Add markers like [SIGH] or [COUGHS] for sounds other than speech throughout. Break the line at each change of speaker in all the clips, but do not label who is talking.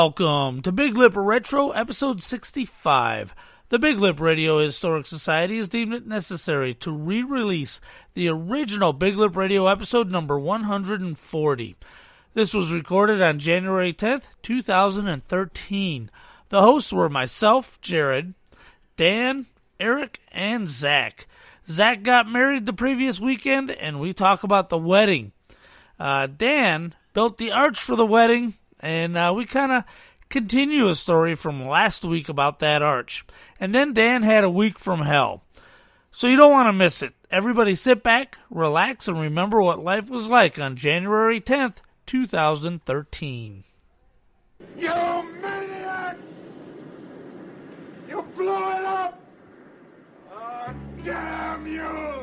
Welcome to Big Lip Retro, episode 65. The Big Lip Radio Historic Society has deemed it necessary to re release the original Big Lip Radio episode number 140. This was recorded on January 10th, 2013. The hosts were myself, Jared, Dan, Eric, and Zach. Zach got married the previous weekend, and we talk about the wedding. Uh, Dan built the arch for the wedding, and uh, we kind of continue a story from last week about that arch. And then Dan had a week from hell. So you don't want to miss it. Everybody sit back, relax, and remember what life was like on January 10th, 2013.
You maniacs! You blew it up! Oh, damn you!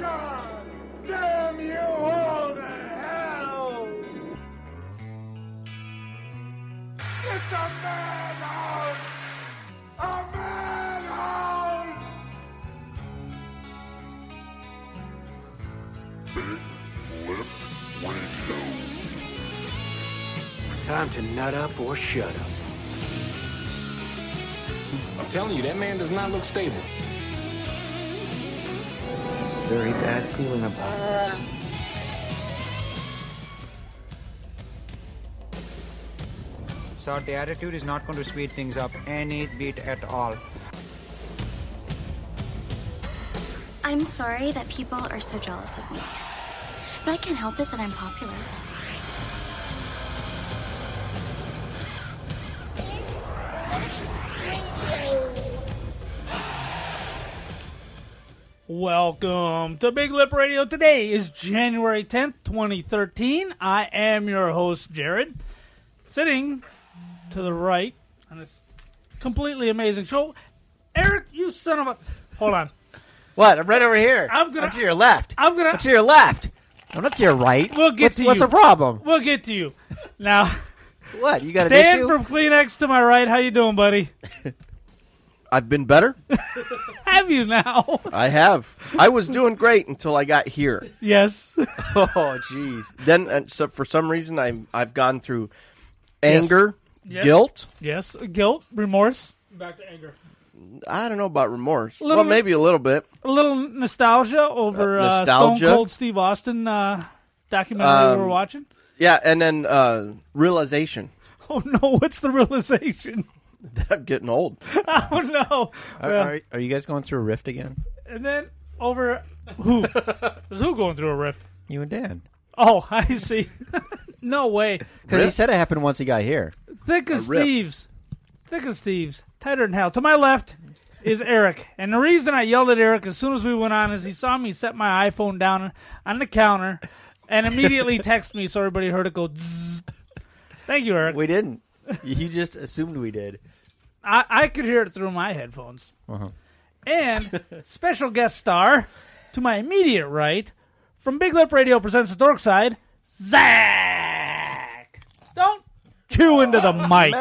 God damn you all to hell! It's a madhouse! A madhouse!
Time to nut up or shut up.
I'm telling you, that man does not look stable.
Very bad feeling about this.
Sir, the attitude is not going to speed things up any bit at all.
I'm sorry that people are so jealous of me. But I can't help it that I'm popular.
Welcome to Big Lip Radio. Today is January 10th, 2013. I am your host, Jared. Sitting to the right on this completely amazing show, Eric, you son of a. Hold on.
What? I'm right over here.
I'm gonna-
to your left.
I'm gonna-
to your left. I'm not to your right.
We'll get
what's,
to
What's
you.
the problem?
We'll get to you.
[LAUGHS]
Now,
What? You got an
Dan
issue?
from Kleenex to my right. How you doing, buddy?
I've been better.
Have you now? [LAUGHS]
I have. I was doing great until I got here.
yes.
[LAUGHS] oh, jeez.
Then, uh, so for some reason, I'm I've gone through anger,
Yes.
guilt.
Yes. Guilt, remorse. Back to anger.
I don't know about remorse.
Little
well,
bit-
maybe a little bit.
A little nostalgia over
Uh,
uh,
nostalgia. Um,
Stone Cold Steve Austin uh, documentary we were watching.
Yeah, and then uh, realization [LAUGHS]
[LAUGHS] Oh no! What's the realization? [LAUGHS]
that I'm getting old.
Oh no!
Are,
Well,
are, are you guys going through a rift again?
And then over who? [LAUGHS] There's who going through a rift?
You and Dan.
Oh, [LAUGHS] I see. no way.
Because he said it happened once he got here.
Thick as
A rift.
thieves. Thick as thieves. Tighter than hell. To my left is Eric. And the reason I yelled at Eric as soon as we went on is he saw me set my iPhone down on the counter and
[LAUGHS]
immediately text me so everybody heard it go zzz. Thank you, Eric.
We didn't. He just assumed we did.
I, I could hear it through my headphones. And special guest star to my immediate right from Big Lip Radio presents the Dork Side, Zach. Don't chew into the mic.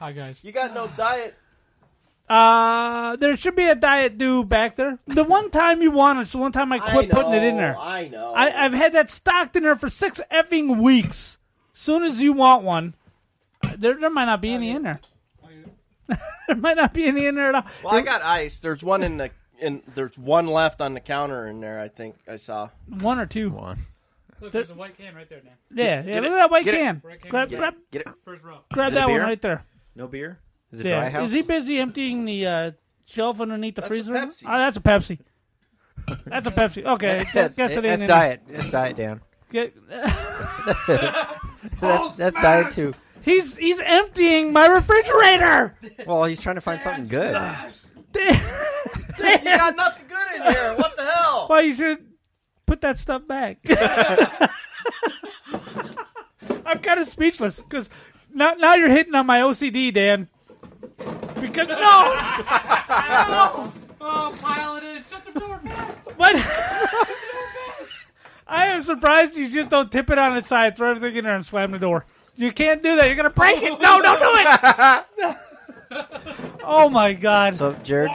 Hi guys.
You got no diet.
Uh, there should be a diet dew back there. The one time you want it's the one time I quit putting it in there.
I know.
I, I've had that stocked in there for six effing weeks. Soon as you want one, uh, there, there might not be any in there. [LAUGHS] there might not be any in there at all.
well, I got ice. There's one in the in. There's one left on the counter in there. I think I saw.
One or two.
One.
Look, there's a white can right there, Dan.
Yeah, yeah. Look at that white
get it.
can.
Right can.
Grab,
Get it.
grab,
Get it?
First row.
grab
Is it
that
a
one
beer?
right there.
No beer? Is it
Yeah.
dry house?
Is he busy emptying the uh, shelf underneath the
That's a
freezer?
Pepsi.
Oh, that's a
[LAUGHS]
Pepsi. That's a Pepsi. Okay,
that's,
guess it
that's
ain't
diet. That's diet, Dan.
in there.
That's that's diet too.
He's he's emptying my refrigerator.
Well, he's trying to find something good.
[LAUGHS] you got nothing good in here. What the
[LAUGHS]
hell?
[LAUGHS] Well, you should put that stuff back. [LAUGHS] I'm kind of speechless because now, now you're hitting on my OCD, Dan. Because no, no,
Oh, pile it in. Shut the door fast.
but [LAUGHS] I am surprised you just don't tip it on its side, throw everything in there, and slam the door. You can't do that. You're gonna break it. No, don't do
[LAUGHS]
it. oh my God!
So, Jared,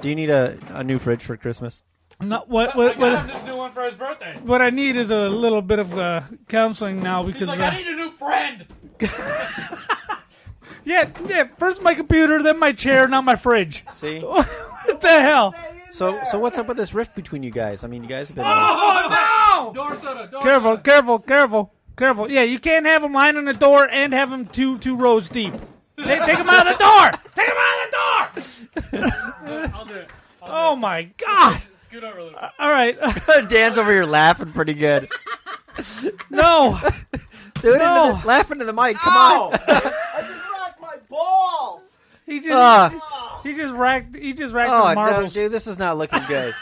do you need a, a new fridge for Christmas?
No, what
I
what
got him
what,
this new one for his birthday.
what I need is a little bit of uh, counseling now because
He's like,
uh,
I need a new friend.
Yeah, yeah. First my computer, then my chair, now my fridge.
[LAUGHS]
[LAUGHS]
See?
what the hell?
So so what's up with this rift between you guys? I mean, you guys have been.
Oh, no! Door soda. Door
Careful,
soda.
careful, careful, careful. Yeah, you can't have them lying on the door and have them two two rows deep. Take, take them out of the door. Take them out of the door.
I'll do it. I'll
Oh my god.
do it. Scoot over a little
All right. [LAUGHS]
Dan's over here laughing pretty good.
No.
Dude,
No.
into the- laughing to the mic. Come on.
my balls!
He just
Ah.
he just racked he just racked
Oh,
his
no,
marbles.
dude, this is not looking good.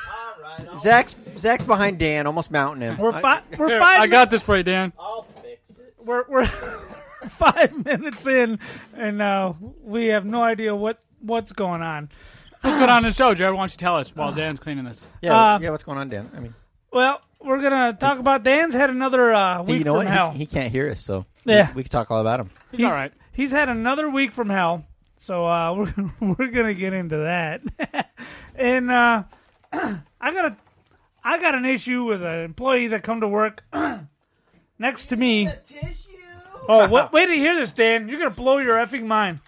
[LAUGHS] All right, I'll,
Zach's Zach's behind Dan, almost mounting him.
we're
I- [LAUGHS]
five we're
Here,
five
I got this for you, Dan.
I'll fix it.
we're we're [LAUGHS] five minutes in and uh, we have no idea what what's going on.
What's going on in the show, Jared? Why don't you tell us while Dan's cleaning this?
yeah,
uh,
yeah, what's going on, Dan? I mean,
Well, we're gonna talk about Dan's had another uh, week
you know
from
what?
hell.
He, he can't hear us, so
Yeah.
we, we can talk all about him.
He's,
he's
all right.
He's had another week from hell, so uh, [LAUGHS] we're we're gonna get into that. [LAUGHS] and uh, [CLEARS THROAT] I got a I got an issue with an employee that come to work [CLEARS THROAT] next to me. Oh,
[LAUGHS]
what, wait to hear this, Dan. You're gonna blow your effing mind.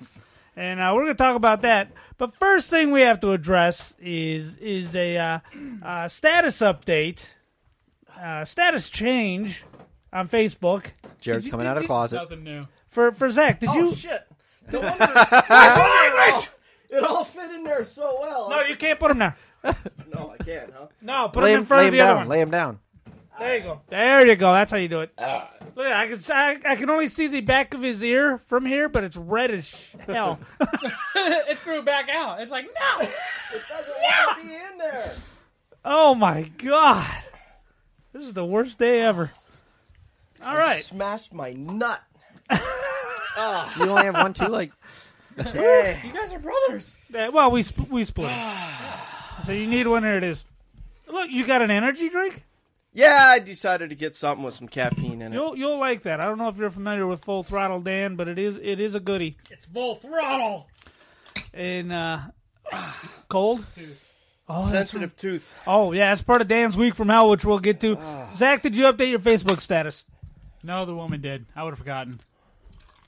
And uh, we're gonna talk about that. But first thing we have to address is is a uh, uh, status update, uh, status change on Facebook
Jared's coming out of the closet.
Nothing new.
for for Zach.
Oh,
Did you?
Shit. [LAUGHS]
It all fit in there so well.
No, you can't put him there.
No, I can't, huh?
No, put
Lay
him
him,
in front
lay
of
him
the other
down.
one.
Lay him down. Ah.
there you go. There you go. That's how you do it. Look, I can I, I can only see the back of his ear from here, but it's reddish
[LAUGHS]
hell.
it threw back out. It's like no.
Be in there.
oh my god, this is the worst day ever. All right,
Smashed my nut.
You only have one, two,
[LAUGHS]
like
You guys are brothers.
Uh, well we sp- we split. it. so you need one. There it is. Look, you got an energy drink.
Yeah, I decided to get something with some caffeine in it.
You'll you'll like that. I don't know if you're familiar with Full Throttle Dan, but it is it is a goodie.
It's full throttle.
And uh, [SIGHS] cold. Oh, that's
Sensitive tooth.
Oh yeah, it's part of Dan's week from hell, which we'll get to. Zach, did you update your Facebook status?
No, the woman did. I would have forgotten.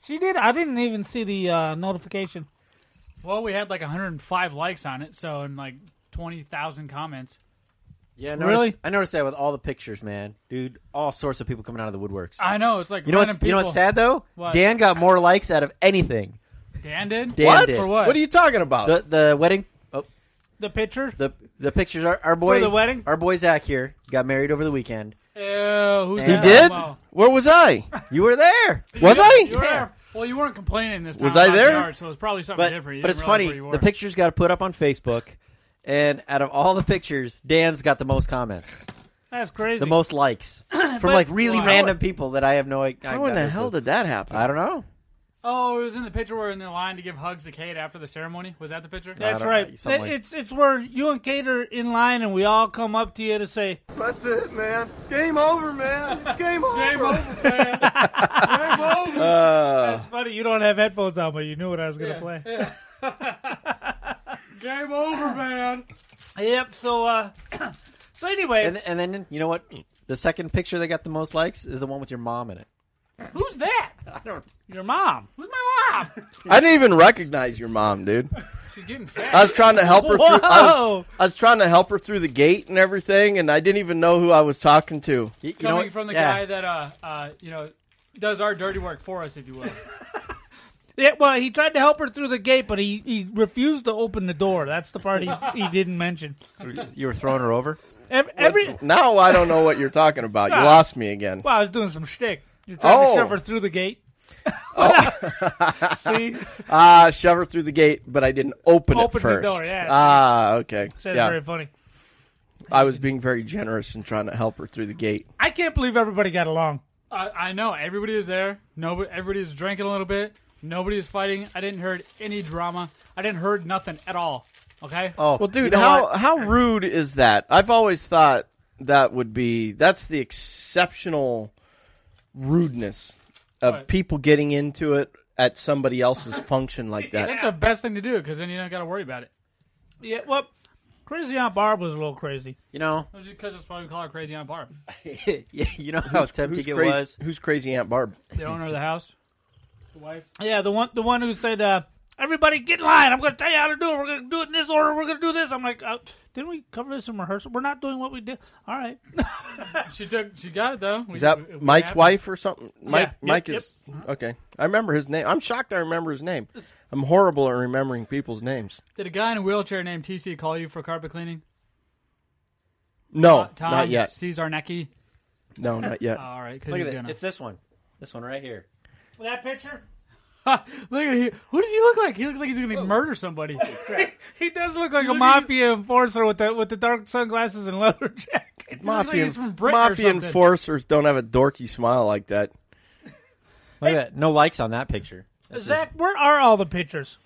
She did. I didn't even see the uh, notification.
Well, we had like 105 likes on it, so and like 20,000 comments.
yeah. I
Really?
noticed- I noticed that with all the pictures, man, dude. All sorts of people coming out of the woodworks.
I know it's like
You know
random
what's
people.
you know what's sad though?
What?
Dan got more likes out of anything.
Dan did.
Dan
What?
did.
For what?
are you talking about?
The the wedding. Oh,
The picture.
the the pictures. Our, our boy.
the wedding?
Our boy Zach here got married over the weekend.
Ew, who's
He
that?
did?
Well,
Where was I?
You were there.
Was I?
you were there. Well, you weren't complaining this time.
Was I
about the
there?
yard, so it was probably something
but
different. You
but
didn't
it's
realize
funny.
where you were.
The pictures got put up on Facebook, and out of all the pictures, Dan's got the most comments,
That's crazy.
the most [CLEARS THROAT] likes from like really random people that I have no. I,
How in the hell did that happen?
I don't know.
Oh, it was in the picture where in the line to give hugs to Kate after the ceremony. Was that the picture?
That's
don't-
right.
something like-
It's it's where you and Kate are in line, and we all come up to you to say,
That's it, man. Game over, man. It's game over.
Game over, man. Game over.
"It's funny you don't have headphones on, but you knew what I was going to play."
Game over, man.
Yep. So uh, [CLEARS THROAT] so anyway,
And and then you know what? The second picture that got the most likes is the one with your mom in it.
Who's that?
[LAUGHS]
your mom.
Who's my mom?
I didn't even recognize your mom, dude.
She's getting fat.
Uh,
I was trying to help her. Through,
Whoa.
I, was, I was trying to help her through the gate and everything, and I didn't even know who I was talking to.
You, you know
Coming
what?
from the
Yeah.
guy that uh uh you know does our dirty work for us, if you
[LAUGHS]
will.
Yeah, well, he tried to help her through the gate, but he, he refused to open the door. That's
[LAUGHS]
the part he, he didn't mention.
you were throwing her over.
Ev- Every,
Now I don't know what you're talking about. You
Ah.
lost me again.
Well, I was doing some shtick. You're trying
Oh.
to shove her through the gate. See,
Ah, shove her through the gate, but I didn't open,
open
it first.
the door. Yeah,
Ah, okay.
said
Yeah,
very funny.
I was being very generous and trying to help her through the gate.
I can't believe everybody got along.
I, I know everybody is there. Nobody, everybody is drinking a little bit. Nobody is fighting. I didn't heard any drama. I didn't heard nothing at all. Okay.
Oh,
Well, dude,
you know
how
what?
how rude is that? I've always thought that would be that's the exceptional rudeness of
Right.
people getting into it at somebody else's function like that.
That's the best thing to do because then you don't got to worry about it.
Yeah, well, crazy Aunt Barb was a little crazy.
you know, [LAUGHS]
That's just because it's probably called crazy on bar.
yeah, you know how tempting it
crazy,
was.
Who's crazy Aunt Barb?
The owner of the house. The wife.
Yeah, the one the one who said, uh, "Everybody get in line. I'm going to tell you how to do it. We're going to do it in this order. We're going to do this." I'm like, uh, "Didn't we cover this in rehearsal? We're not doing what we did." All right.
She took. She got it though. We-
Is
we- we
that Mike's
have-
wife or something? Mike.
yep,
Mike
yep.
is okay. I remember his name. I'm shocked. I remember his name. I'm horrible at remembering people's names.
Did a guy in a wheelchair named TC call you for carpet cleaning?
No,
Tom
Oh, not yet.
Cesar Necki.
No, not
[LAUGHS]
yet.
All right, 'cause
Look
he's
at it.
gonna.
It's this one. This one right here.
that picture.
[LAUGHS] Look at he. Who does he look like? He looks like he's gonna murder somebody.
He does look like a mafia enforcer with the with the dark sunglasses and leather [LAUGHS] jacket.
like
Mafia,
he's from Britain or
mafia
something.
enforcers don't have a dorky smile like that.
Look at that. No likes on that picture. That's
Is that where are all the pictures?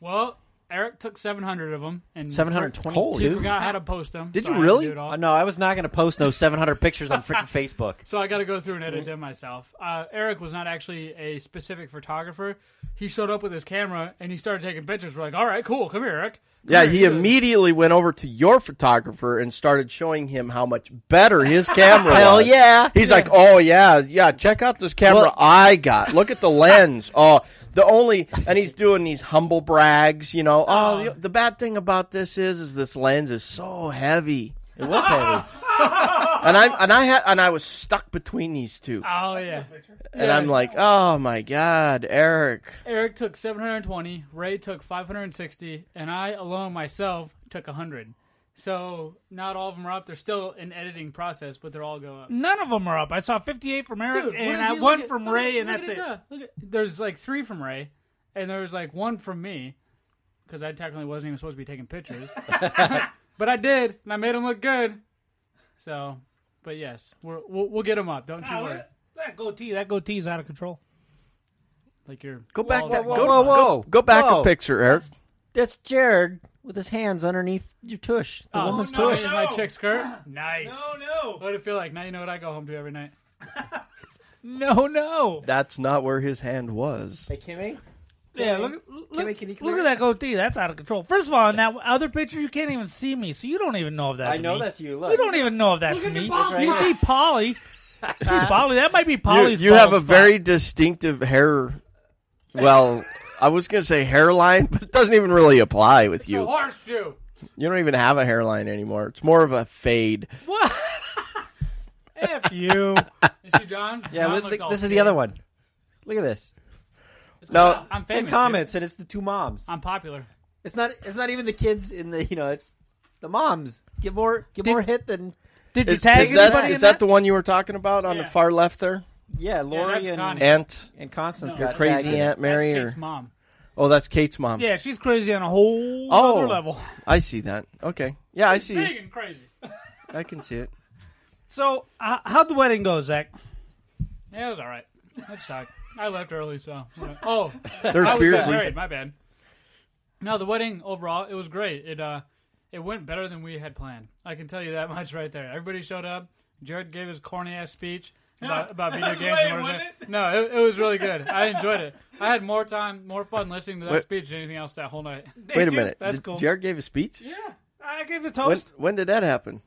well, Eric took seven hundred of them, and
seven hundred twenty.
She forgot how to post them.
Did
so
you
I had to
really?
do it all.
Uh, no, I was not going to post those seven hundred pictures
[LAUGHS]
on freaking Facebook.
So I got to go through and edit them myself. Uh, Eric was not actually a specific photographer. He showed up with his camera and he started taking pictures. We're like, all right, cool, come here, Eric. Come
Yeah,
here,
he
you do this."
immediately went over to your photographer and started showing him how much better his camera
Hell
was.
yeah.
He's like, "Oh yeah, yeah, check out this camera
Well-
I got. Look at the lens. [LAUGHS] Oh, the only and he's doing these humble brags, you know. Oh, the, the bad thing about this is is this lens is so heavy."
It was heavy.
And I and I had and I was stuck between these two.
Oh yeah,
and I'm like, "Oh my god, Eric.
Eric took seven hundred twenty. Ray took five hundred sixty, and I alone myself took hundred. So not all of them are up. They're still in editing process, but they're all go up.
None of them are up. I saw 58 from Eric
Dude, what
and
is
I,
he
one
look at-
from
look at-
Ray, and
look at
that's
his,
it.
uh, look at- there's like three from Ray, and there was like one from me, because I technically wasn't even supposed to be taking pictures, [LAUGHS] but I did, and I made him look good. So, but yes, we're, we'll we'll get him up. Don't you
Ah,
worry.
that, that goatee, that goatee is out of control.
Like you're
Go back that,
whoa,
go,
whoa, whoa.
go go back
Whoa.
a picture, Eric."
That's Jared with his hands underneath your tush. The
Oh,
woman's
no,
tush.
is my chick skirt. Nice.
no,
What did it feel like? Now you know what I go home to every night.
no, no!
That's not where his hand was.
Hey Kimmy,
Yeah, look,
Kimmy,
look,
can you come
look at
here?
that goatee. That's out of control. First of all, in that other picture, you can't even see me, so you don't even know if that's
I know
me.
that's you. Look,
You don't even know if that's
at
me.
your bald
you see Polly. You see Polly. That might be
You,
Polly's.
you have a
bald spot.
very distinctive hair. Well, I was going to say hairline, but it doesn't even really apply with
You.
you.
horseshoe.
You don't even have a hairline anymore. It's more of a fade.
What? [LAUGHS] F you.
Is you John?
[LAUGHS] Yeah,
John
look,
looks all
this is the
scared.
other one. Look at this.
No,
I'm famous.
Ten
dude.
comments, and it's the two moms.
I'm popular.
It's not. It's not even the kids in the. You know, it's the moms. Get more. Get more hit than.
Did you
is,
tag
is that,
anybody
is
in
that the one you were talking about on
Yeah.
the far left there?
Yeah, Lori
that's
and,
Connie.
Aunt.
and Constance
No,
got
crazy
tagged in.
Aunt Mary.
That's
Or,
Kate's mom.
oh, that's Kate's mom.
Yeah, she's crazy on a whole
Oh.
other level.
I see that. Okay. Yeah, I see.
Big
it.
and crazy.
I can see it.
So, uh, how'd the wedding go, Zach?
Yeah, it was all right. That sucked. I left early, so
[LAUGHS]
oh, I
There's
was
beers.
getting married. My bad. No, the wedding overall it was great. It uh, it went better than we had planned. I can tell you that [LAUGHS] much right there. Everybody showed up. Jared gave his corny ass
[LAUGHS]
speech about, about video games.
lame,
and
wasn't
motorcycles. No, it, it was really good. I enjoyed it. I had more time, more fun listening to that
Wait.
speech than anything else that whole night.
Wait a minute.
That's
Did-
cool.
Jared gave a speech?
Yeah,
I gave the
When,
toast.
when did that happen?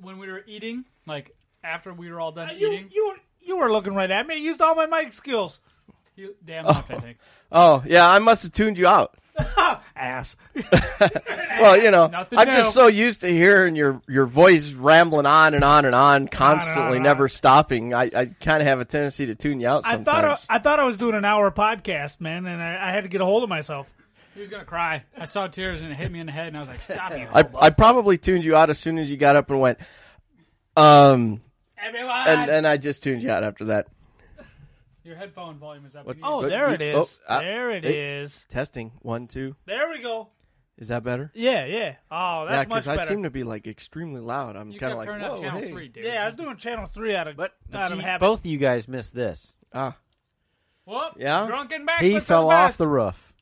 when we were eating, like after we were all done
you,
eating,
you, were, you were looking right at me. I used all my mic skills.
you, damn left, I think.
Oh, yeah, I must have tuned you out.
Ass.
Well, you know,
Nothing
I'm
new.
just so used to hearing your your voice rambling on and on and on, constantly,
on.
never stopping. I, I kind of have a tendency to tune you out
I
sometimes.
thought I, I thought I was doing an hour podcast, man, and I, I had to get a hold of myself.
He was gonna cry. I saw tears and it hit me in the head, and I was like, "Stop
[LAUGHS]
you!"
I, I probably tuned you out as soon as you got up and went, um,
Everyone,
and
uh,
and I just tuned you out after that.
your headphone volume is up.
What's-
again.
Oh,
But
there
you-
it is.
oh, uh,
there it is.
it- Testing one two,
There we go.
is that better?
Yeah, yeah. Oh, that's
yeah,
much better.
I seem to be like extremely loud. I'm
you
kind
kept
of like,
turning up
whoa,
channel
hey.
three, dude.
yeah, I was doing channel three out of
But- but
out of
See,
habit.
both of you guys missed this.
Ah,
Whoop,
Yeah.
drunken back.
He fell off the roof.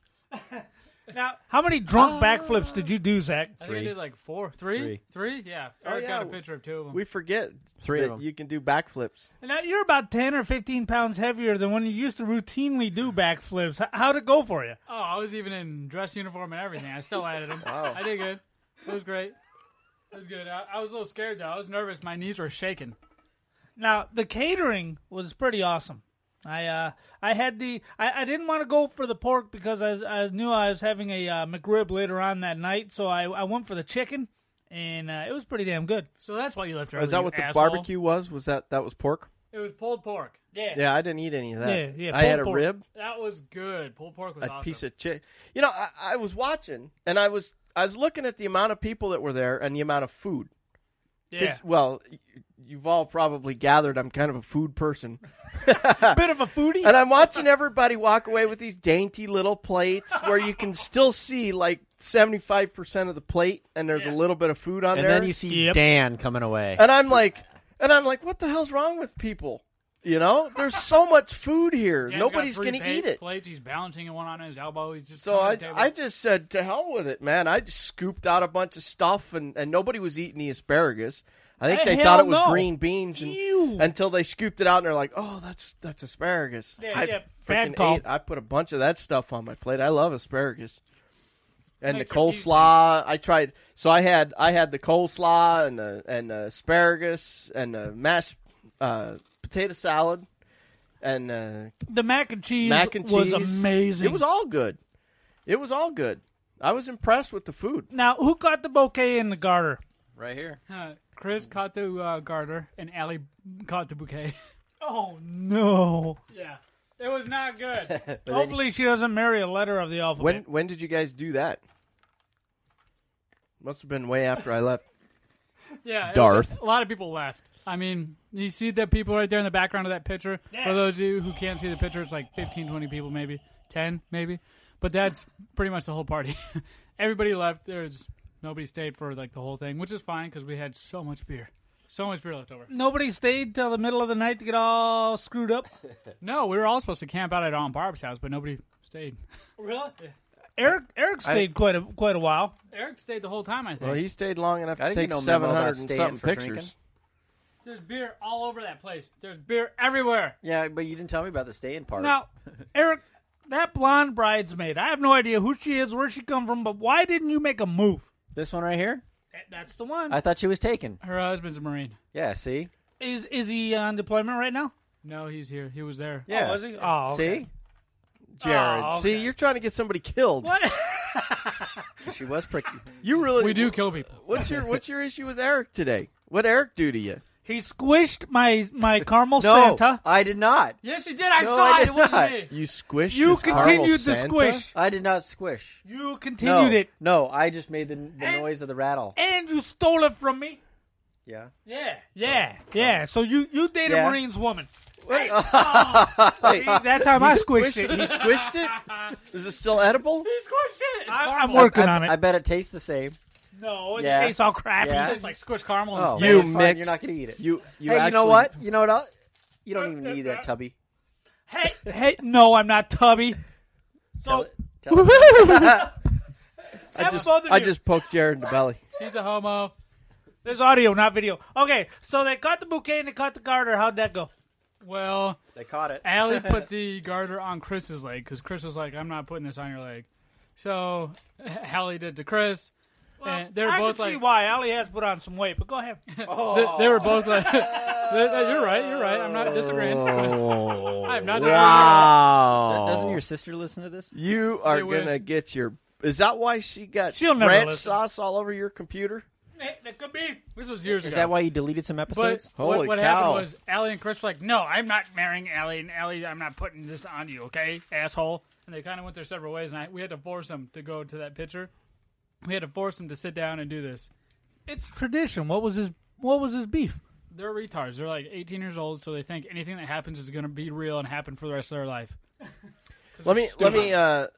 Now, how many drunk
Oh.
backflips did you do, Zach?
I think I did like four, three, three. Yeah,
Oh,
Eric got a
yeah.
picture of two of them.
we forget
Three of
that
them.
you can do backflips.
Now you're about ten or fifteen pounds heavier than when you used to routinely do backflips. H- How'd it go for you?
oh, I was even in dress uniform and everything. I still added them. I did good. It was great. It was good. I, I was a little scared though. I was nervous. My knees were shaking.
Now the catering was pretty awesome. I uh, I had the I, I didn't want to go for the pork because I, I knew I was having a uh, McRib later on that night, so I, I went for the chicken, and uh, it was pretty damn good.
So that's why you left early.
Is that
you
what the
asshole.
barbecue was? Was that that was pork?
It was pulled pork.
Yeah, I didn't eat any of that.
Yeah, yeah,
I had
pulled
a
pork.
rib,
That was good. Pulled pork was
a
awesome.
piece of chicken. You know, I, I was watching and I was I was looking at the amount of people that were there and the amount of food.
Yeah,
Well, y- you've all probably gathered I'm kind of a food person.
bit of a foodie.
And I'm watching everybody walk away with these dainty little plates where you can still see like 75% of the plate and there's a little bit of food on
And
there.
then you see
Yep.
Dan coming away.
and I'm like and I'm like what the hell's wrong with people? You know? There's so much food here.
Dan's got
Nobody's
three
going to
pa-
eat it.
Plates. He's balancing it one on his elbow. He's just
So
coming
I,
to the table.
I just said to hell with it, man. I just scooped out a bunch of stuff, and, and nobody was eating the asparagus. I think
Hey,
they thought
Eh, hell
it was
no.
green beans, and,
Ew.
until they scooped it out, and they're like, "Oh, that's that's asparagus."
Yeah,
I
yeah, bad
freaking
call.
ate. I put a bunch of that stuff on my plate. I love asparagus, and the
Nice review.
coleslaw. I tried. So I had I had the coleslaw and the and the asparagus and the mashed uh, potato salad and uh,
the mac and cheese
mac and
was
cheese
amazing.
It was all good. It was all good. I was impressed with the food.
now who caught the bouquet in the garter?
Right here.
Uh, Chris caught the uh, garter and Allie caught the bouquet. [LAUGHS]
Oh no!
yeah, it was
[LAUGHS]
not good.
Hopefully she doesn't marry a letter of the alphabet.
When when did you guys do that? Must have been way after I left.
Yeah, it was
Darth.
just- a lot of people left. I mean, you see the people right there in the background of that picture. For those of you who can't see the picture, it's like 15, 20 people, maybe 10, maybe. But that's pretty much the whole party. [LAUGHS] Everybody left. There's nobody stayed for like the whole thing, which is fine because we had so much beer, so much beer left over.
Nobody stayed till the middle of the night to get all screwed up.
No, we were all supposed to camp out at Aunt Barb's house, but nobody stayed.
Really? Eric Eric stayed quite a quite a while.
Eric stayed the whole time, I think.
Well, he stayed long enough to
I didn't
take
know
seven
Memo about
hundred and
staying
something
for
pictures.
drinking.
There's beer all over that place. There's beer everywhere.
Yeah, but you didn't tell me about the stay-in part.
Now, Eric, that blonde bridesmaid, I have no idea who she is, where she come from, but why didn't you make a move?
This one right here?
That- That's the one.
I thought she was taken.
Her husband's a Marine.
Yeah, see?
Is is he on deployment right now?
No, he's here. He was there.
Yeah.
Oh, is he? Oh, okay.
See, Jared.
Oh,
See, you're trying to get somebody killed.
What? [LAUGHS]
She was pricky.
You really?
We do kill people.
What's your What's your issue with Eric today? What Eric do to you?
he squished my my caramel
no, Uh,
Santa.
I did not.
Yes, he did. I
No,
saw
I
it.
did
It wasn't
not.
me.
You squished.
You
his caramel
continued to
Santa?
squish.
I did not squish.
You
No,
continued it,
no, I just made the, the
And-
noise of the rattle.
and you stole it from me.
Yeah.
Yeah, yeah, yeah. So you you date
Yeah.
a Marines woman. See,
Wait, [LAUGHS]
that time I squished it.
He squished it. Is it still edible?
He squished it. It's
I, am
caramel.
working
I,
on it.
I bet it tastes the same.
no, it
Yeah.
tastes all crappy.
Yeah.
It's like squished caramel.
Oh,
and
man,
You
it's fine. You're
mixed-
not gonna eat it.
You. You
hey,
actually,
you know what? You know what? I'll, you don't even need that tubby.
[LAUGHS] Hey, hey, no, I'm not tubby.
Tell
So
it. Tell it.
I just,
I just poked Jared in the belly.
He's a homo.
There's audio, not video. Okay, so they caught the bouquet and they caught the garter. How'd that go?
Well,
They caught it.
[LAUGHS]
Allie put the garter on Chris's leg because Chris was like, "I'm not putting this on your leg." So [LAUGHS] Allie did to Chris.
Eh,
and they were
I
both
can
like,
see why Ali has put on some weight, but go ahead.
Th- They, were both like, [LAUGHS] th- th- "You're right, you're right. I'm not disagreeing.
[LAUGHS]
[LAUGHS] I'm not disagreeing."
Oh.
Wow.
[LAUGHS] Doesn't your sister listen to this?
You are
Hey, Wiz.
gonna get your. Is that why she got
She'll never
ranch
listen.
sauce all over your computer?
Eh, that could be.
This was years
Is
ago.
that why you deleted some
But
episodes?
[LAUGHS] what,
Holy
what
cow.
happened was Allie and Chris were like, "No, I'm not marrying Allie, and Allie, I'm not putting this on you, okay, asshole." And they kind of went their separate ways, and I, we had to force them to go to that picture. We had to force them to sit down and do this.
It's tradition. What was his? What was his beef?
They're retards. They're like 18 years old, so they think anything that happens is going to be real and happen for the rest of their life.
Let me. Let me. Uh,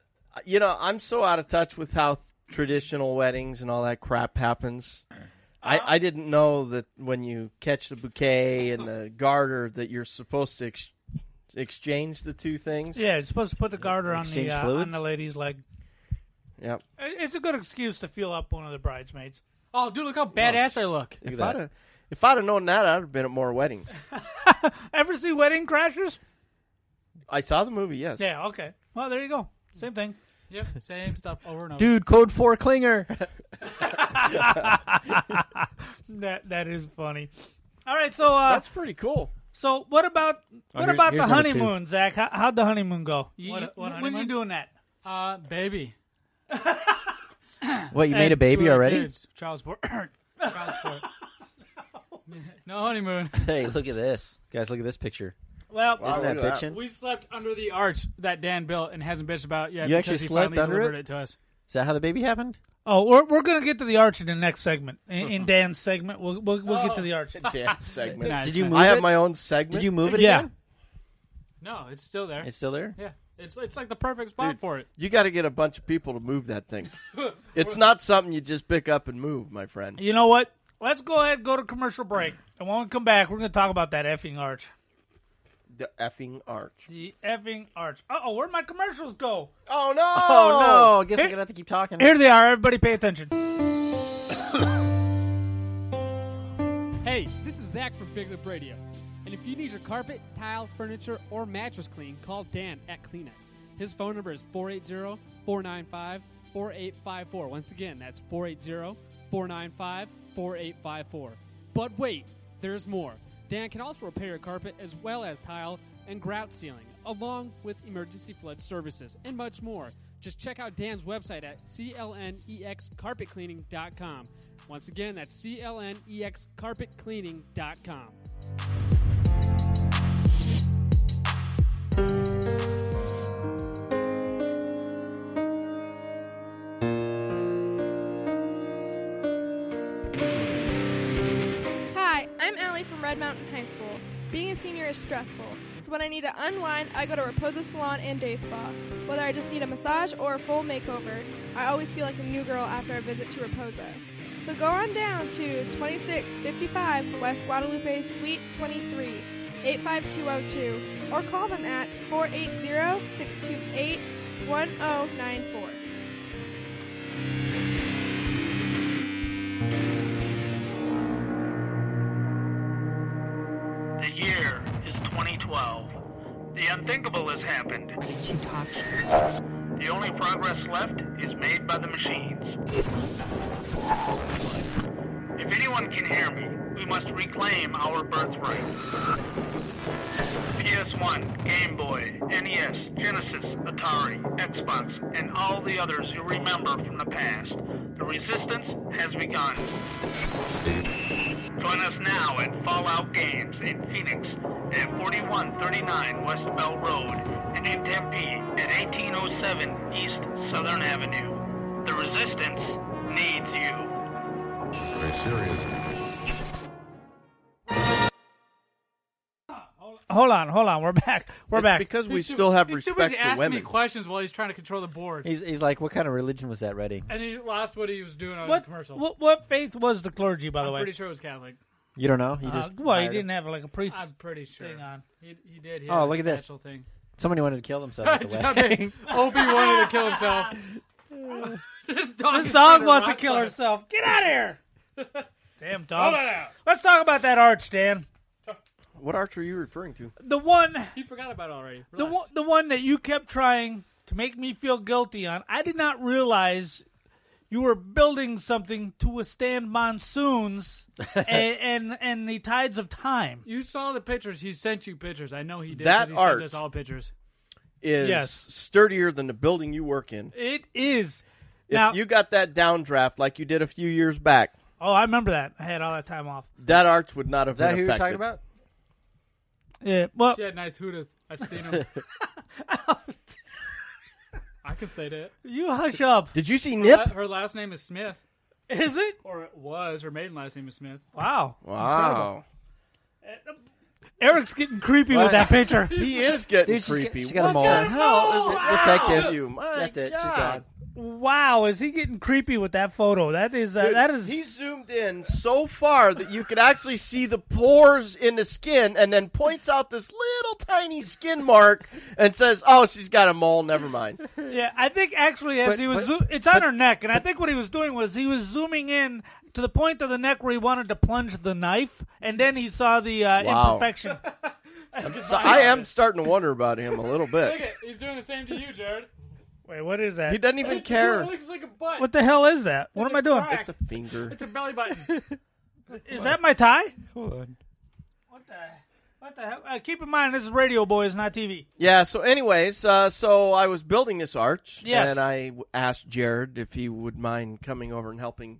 you know, I'm so out of touch with how th- traditional weddings and all that crap happens.
Uh-huh.
I, I didn't know that when you catch the bouquet and the [LAUGHS] garter that you're supposed to ex- exchange the two things.
Yeah, it's supposed to put the garter on the
Exchange
uh, on
fluids?
the lady's leg.
Yep.
It- It's a good excuse to feel up one of the bridesmaids.
Oh, dude, look how badass I look.
If I'd have, if I'd have known that, I'd have been at more weddings.
Ever see Wedding Crashers?
I saw the movie. Yes.
Yeah. Okay. Well, there you go. Same thing.
Yep, same stuff over and over.
Dude, code four clinger.
That that is funny. All right. So uh,
That's pretty cool.
So what about what
Oh, here's-
about
here's
the
number two.
honeymoon, Zach? How, how'd the honeymoon go? You-
What-
you-
what
when you
honeymoon?
doing that?
Uh, baby.
What you made
And
a baby
two other
already?
kids. Child support. [COUGHS] Child support. no honeymoon.
Hey, look at this, guys! Look at this picture.
Well,
Wow, Oh, look
Isn't that
at that.
fiction?
We slept under the arch that Dan built and hasn't bitched about yet.
You
because
actually
he
slept
finally
under
delivered
it?
it to us.
Is that how the baby happened?
oh, we're we're gonna get to the arch in the next segment. In,
[LAUGHS]
in Dan's segment, we'll we'll, we'll get to the arch.
Dance segment.
Nice,
Did you
nice.
move
I have
it?
my own segment.
Did you move it
Yeah.
again?
No, it's still there.
It's still there.
yeah, it's it's like the perfect spot
Dude.
for it.
You got to get a bunch of people to move that thing. it's not something you just pick up and move, my friend.
You know what? Let's go ahead and go to commercial break. And when we come back, we're gonna talk about that effing arch.
The effing arch.
The effing arch. Uh oh, where'd my commercials go?
Oh no!
Oh no! I guess
Here-
I'm gonna have to keep talking.
Here they are. Everybody, pay attention.
Hey, this is Zach from Big Lip Radio. And if you need your carpet, tile, furniture, or mattress clean, call Dan at Kleenex. His phone number is 480 495 4854. Once again, that's 480 495 4854. But wait, there's more. Dan can also repair your carpet as well as tile and grout ceiling, along with emergency flood services and much more. Just check out Dan's website at E clnexcarpetcleaning.com. Once again, that's E clnexcarpetcleaning.com.
Hi, I'm Allie from Red Mountain High School. Being a senior is stressful, so when I need to unwind, I go to Reposa Salon and Day Spa. Whether I just need a massage or a full makeover, I always feel like a new girl after a visit to Reposa. So go on down to 2655 West Guadalupe Suite 23, 85202, or call them at 480 628 1094.
The year is 2012. The unthinkable has happened. The only progress left is made by the machines. If anyone can hear me, we must reclaim our birthright. PS1, Game Boy, NES, Genesis, Atari, Xbox, and all the others you remember from the past. The resistance has begun. Join us now at Fallout Games in Phoenix at 4139 West Bell Road and in Tempe at 1807 East Southern Avenue. The resistance needs you.
Hold on, hold on. We're back. We're
It's
back.
because we still have
He's too
respect
busy
for
asking me
women.
questions while he's trying to control the board,
He's, he's like, what kind of religion was that, Ready?
and he lost what he was doing on the
what,
commercial.
what what faith was the clergy, by the
I'm
way?
pretty sure it was Catholic.
You don't know. You
Uh,
just
well, he
hired him.
didn't have like a priest.
I'm pretty sure.
Thing
[LAUGHS]
on.
He, he did. He
Oh,
had a
look at this.
satchel Thing.
Somebody wanted to kill themselves.
[LAUGHS]
At the wedding.
Obi wanted
[LAUGHS]
to kill himself. this dog,
This
is
dog
trying
wants to
rock
kill
fight.
herself. Get out of
[LAUGHS]
here! Damn
Hold on
dog.
out.
Let's talk about that arch, Dan.
What arch are you referring to?
The one,
He forgot about it already.
the
Relax.
one, the one that you kept trying to make me feel guilty on. I did not realize you were building something to withstand monsoons and, and and the tides of time.
You saw the pictures. He sent you pictures. I know he did.
That
'cause he
arch.
sent us all pictures.
Is
Yes.
sturdier than the building you work in.
It is.
If
Now-
you got that downdraft like you did a few years back,
Oh, I remember that. I had all that time off.
that arch would not have
Is that
been
who you're
affected.
talking about?
Yeah. Well,
She had nice hooters. I've seen [LAUGHS] them. I can say [LAUGHS] that.
you hush up.
Did you see Nip?
Uh, Her last name is Smith,
Is it?
or it was. Her maiden last name is Smith.
Wow.
Wow.
Eric's getting creepy with that picture.
He is getting
Dude, she's get-
creepy.
she
what
got a mole.
the hell is it?
Detective.
with you? My
That's it. She's
God.
gone.
Wow, is he getting creepy with that photo? That is uh,
Dude,
that is
He zoomed in so far that you could actually see the pores in the skin, and then points out this little tiny skin mark and says, "Oh, she's got a mole. Never mind."
yeah. I think actually, as
But-
he was,
but-
zo- it's on her neck, and I think what he was doing was he was zooming in to the point of the neck where he wanted to plunge the knife, and then he saw the uh,
Wow. [LAUGHS]
imperfection.
So [LAUGHS] I am starting to wonder about him a little [LAUGHS] bit.
He's doing the same to you, Jared.
Wait, what is that?
He doesn't even care.
looks like a butt.
what the hell is that? What
It's
am
a
I doing?
crack.
It's a finger.
It's a belly button.
Is that my tie?
Hold on.
What the? What the hell? Uh, keep in mind, this is Radio Boys, not TV.
Yeah. So, anyways, uh, so I was building this arch,
Yes.
and I w- asked Jared if he would mind coming over and helping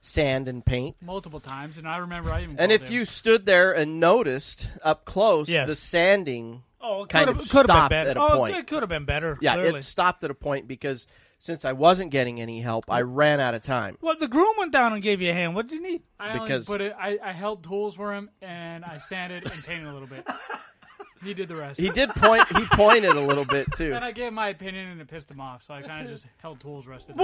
sand and paint.
[LAUGHS] multiple times, and I remember I
And
even. called
if
him.
you stood there and noticed up close,
Yes.
the sanding
Oh, it
kind
could've-
of
could've been
stopped
better.
at a
Oh,
point.
it could have been better,
Yeah,
clearly.
it stopped at a point because since I wasn't getting any help,
[LAUGHS]
I ran out of time.
Well, the groom went down and gave you a hand. What did you need?
I only
because-
put it. I, I held tools for him, and I sanded and painted a little bit. He did the rest.
He did point. he pointed a little bit
[LAUGHS]
too.
And I gave my opinion, and it pissed him off. So I kind of just held tools rested.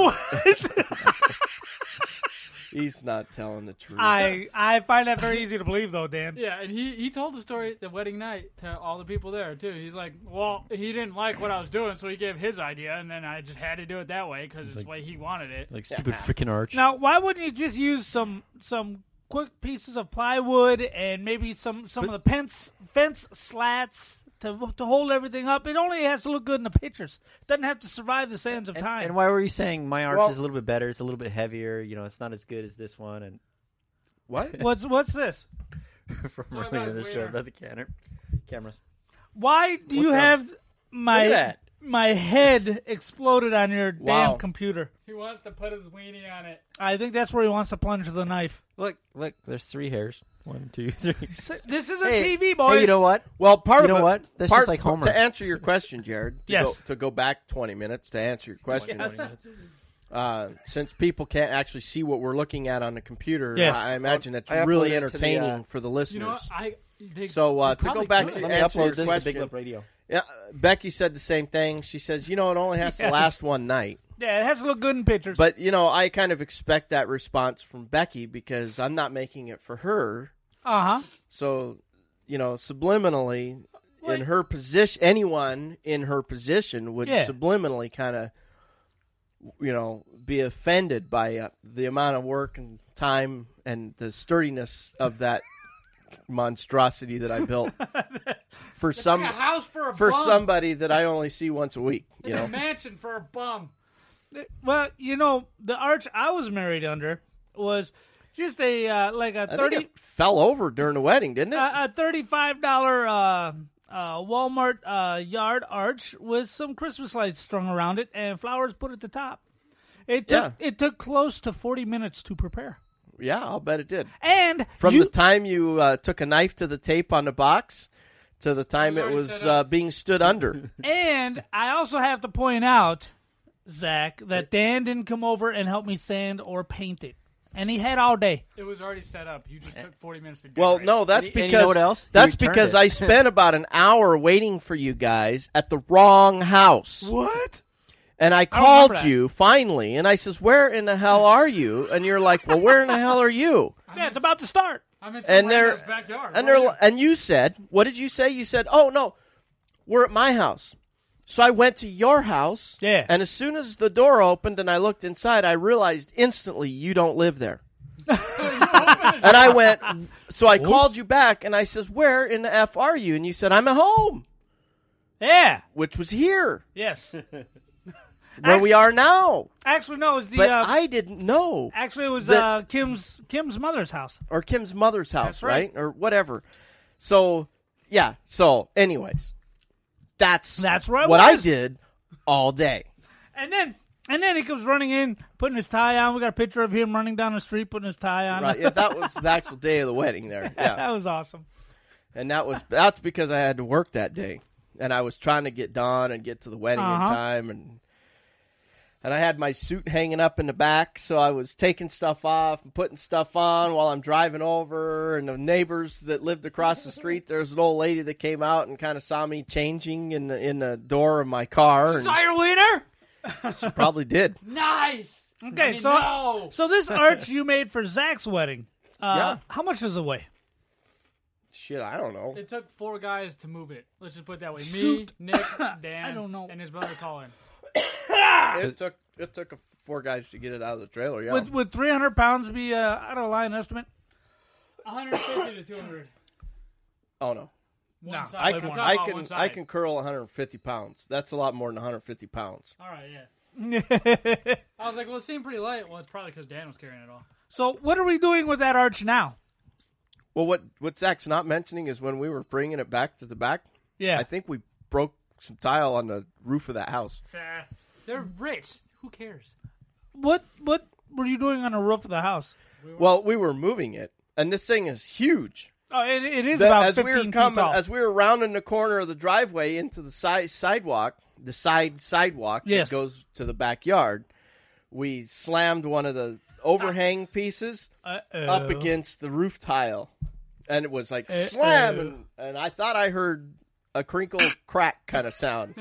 He's not telling the truth.
I I find that very easy to believe, though, Dan.
Yeah, and he, he told the story the wedding night to all the people there too. He's like, well, he didn't like what I was doing, so he gave his idea, and then I just had to do it that way because it's the way he wanted it.
Like stupid freaking arch.
Now, why wouldn't you just use some some quick pieces of plywood and maybe some some of the fence fence slats to to hold everything up? It only has to look good in the pictures. It doesn't have to survive the sands of time.
And why were you saying my arch
Well-
is a little bit better? It's a little bit heavier. You know, it's not as good as this one. And [LAUGHS]
what?
what's what's this?
From
What
earlier
about
in the show
where?
about the canner, cameras.
Why do
What
you
the-
have my
Look at
my head exploded on your
Wow.
damn computer?
He wants to put his weenie on it.
I think that's where he wants to plunge the knife.
Look, look, there's three hairs. One, two, [LAUGHS] three.
This is a
Hey,
TV,
hey,
boys.
you know what?
Well, part
You
of
know
it-
what? That's
part-
just like Homer.
To answer your question, Jared. To
Yes.
Go, to go back 20 minutes to answer your question.
Yes.
Uh, since people can't actually see what we're looking at on the computer,
Yes.
I, I imagine that's
I
really
uploaded it to the,
entertaining
uh,
for the
You know, what?
listeners.
I they,
so uh,
they
to go
probably
back
could.
to
Let me
answer
upload
your
this to
question,
Big Lip Radio.
Yeah, uh, Becky said the same thing. She says, "You know, it only has
[LAUGHS]
to
Yes.
last one night."
Yeah, it has to look good in pictures.
But you know, I kind of expect that response from Becky because I'm not making it for her.
uh huh.
So, you know, subliminally in her position, anyone in her position would
Yeah.
subliminally kind of, you know, be offended by uh, the amount of work and time and the sturdiness of that monstrosity that I
[LAUGHS]
built for some
like a house for a
for
bum.
somebody that I only see once a week. You
It's a
know,
mansion for a bum.
Well, you know, the arch I was married under was just a uh, like a
I think
thirty
it fell over during the wedding, didn't it?
Uh,
a, a thirty-five dollar uh, uh, Walmart uh, yard arch with some Christmas lights strung around it and flowers put at the top. It took it took close to forty minutes to prepare,
yeah, I'll bet it did.
and
From
you,
the time you uh, took a knife to the tape on the box to the time it
already
was
set
uh,
up.
being stood under.
[LAUGHS] and I also have to point out, Zach, that Dan didn't come over and help me sand or paint it, and he had all day.
It was already set up. You just took forty minutes to.
well,
decorate.
no, that's
And you-
because
and you know what else? He
that's
returned
because
it.
I spent about an hour waiting for you guys at the wrong house.
What?
And I
don't remember
called
that.
you finally and I says, "Where in the hell are you?" And you're like, "Well, where in the hell are you?"
Yeah, it's about to start.
I'm in some
and
rando's
they're
backyard.
and
Where are
they're
you?
and you said what did you say you said oh no we're at my house so i went to your house
Yeah.
and as soon as the door opened and i looked inside i realized instantly you don't
[LAUGHS]
live there and i went so i called you back and i says where in the f are you and you said i'm at home
Yeah.
which was here
Yes.
where we are now
Actually, no. It was the.
but
uh,
i didn't know
actually, it was
the-
uh, Kim's Kim's mother's house.
or kim's mother's house
That's right.
or whatever so yeah so anyways that's
That's where I
what i
was.
did all
[LAUGHS]
day
And then and then he comes running in, putting his tie on. We got a picture of him running down the street, putting his tie on.
Right. Yeah, that was the actual day of the wedding there.
that
Yeah.
was awesome.
And that was that's because I had to work that day. And I was trying to get done and get to the wedding
Uh-huh.
in time and and I had my suit hanging up in the back, so I was taking stuff off and putting stuff on while I'm driving over. And the neighbors that lived across the street, there's an old lady that came out and kind of saw me changing in the in the door of my car. And
Sire Wiener.
she probably did.
nice. I
Okay,
mean,
so
no.
so
[LAUGHS]
this arch you made for Zach's wedding. Uh,
Yeah.
How much does it weigh?
Shit, I don't know.
It took four guys to move it. Let's just put it that way.
Shoot.
Me, Nick, Dan,
[COUGHS] I don't know.
and his brother Colin.
It took it took a- four guys to get it out of the trailer. Yeah.
Would would three hundred pounds be uh, out of line estimate?
150 to 200.
oh no.
One side.
I
We're
can,
talking
I
about one
can,
side.
I can curl 150 pounds. That's a lot more than 150 pounds.
All right, yeah.
[LAUGHS]
I was like, well, it seemed pretty light. Well, it's probably because Dan was carrying it all.
so what are we doing with that arch now?
Well, what what Zach's not mentioning is when we were bringing it back to the back.
Yeah.
I think we broke some tile on the roof of that house.
They're rich. Who cares?
What what were you doing on the roof of the house?
Well, we were moving it, and this thing is huge.
Oh, it, it is
The-
about
as we
fifteen
were coming,
feet tall.
as we were rounding the corner of the driveway into the side sidewalk, the side sidewalk
Yes.
that goes to the backyard, we slammed one of the overhang pieces
Uh-oh.
up against the roof tile, and it was like slam, and, and I thought I heard a crinkle crack kind of sound,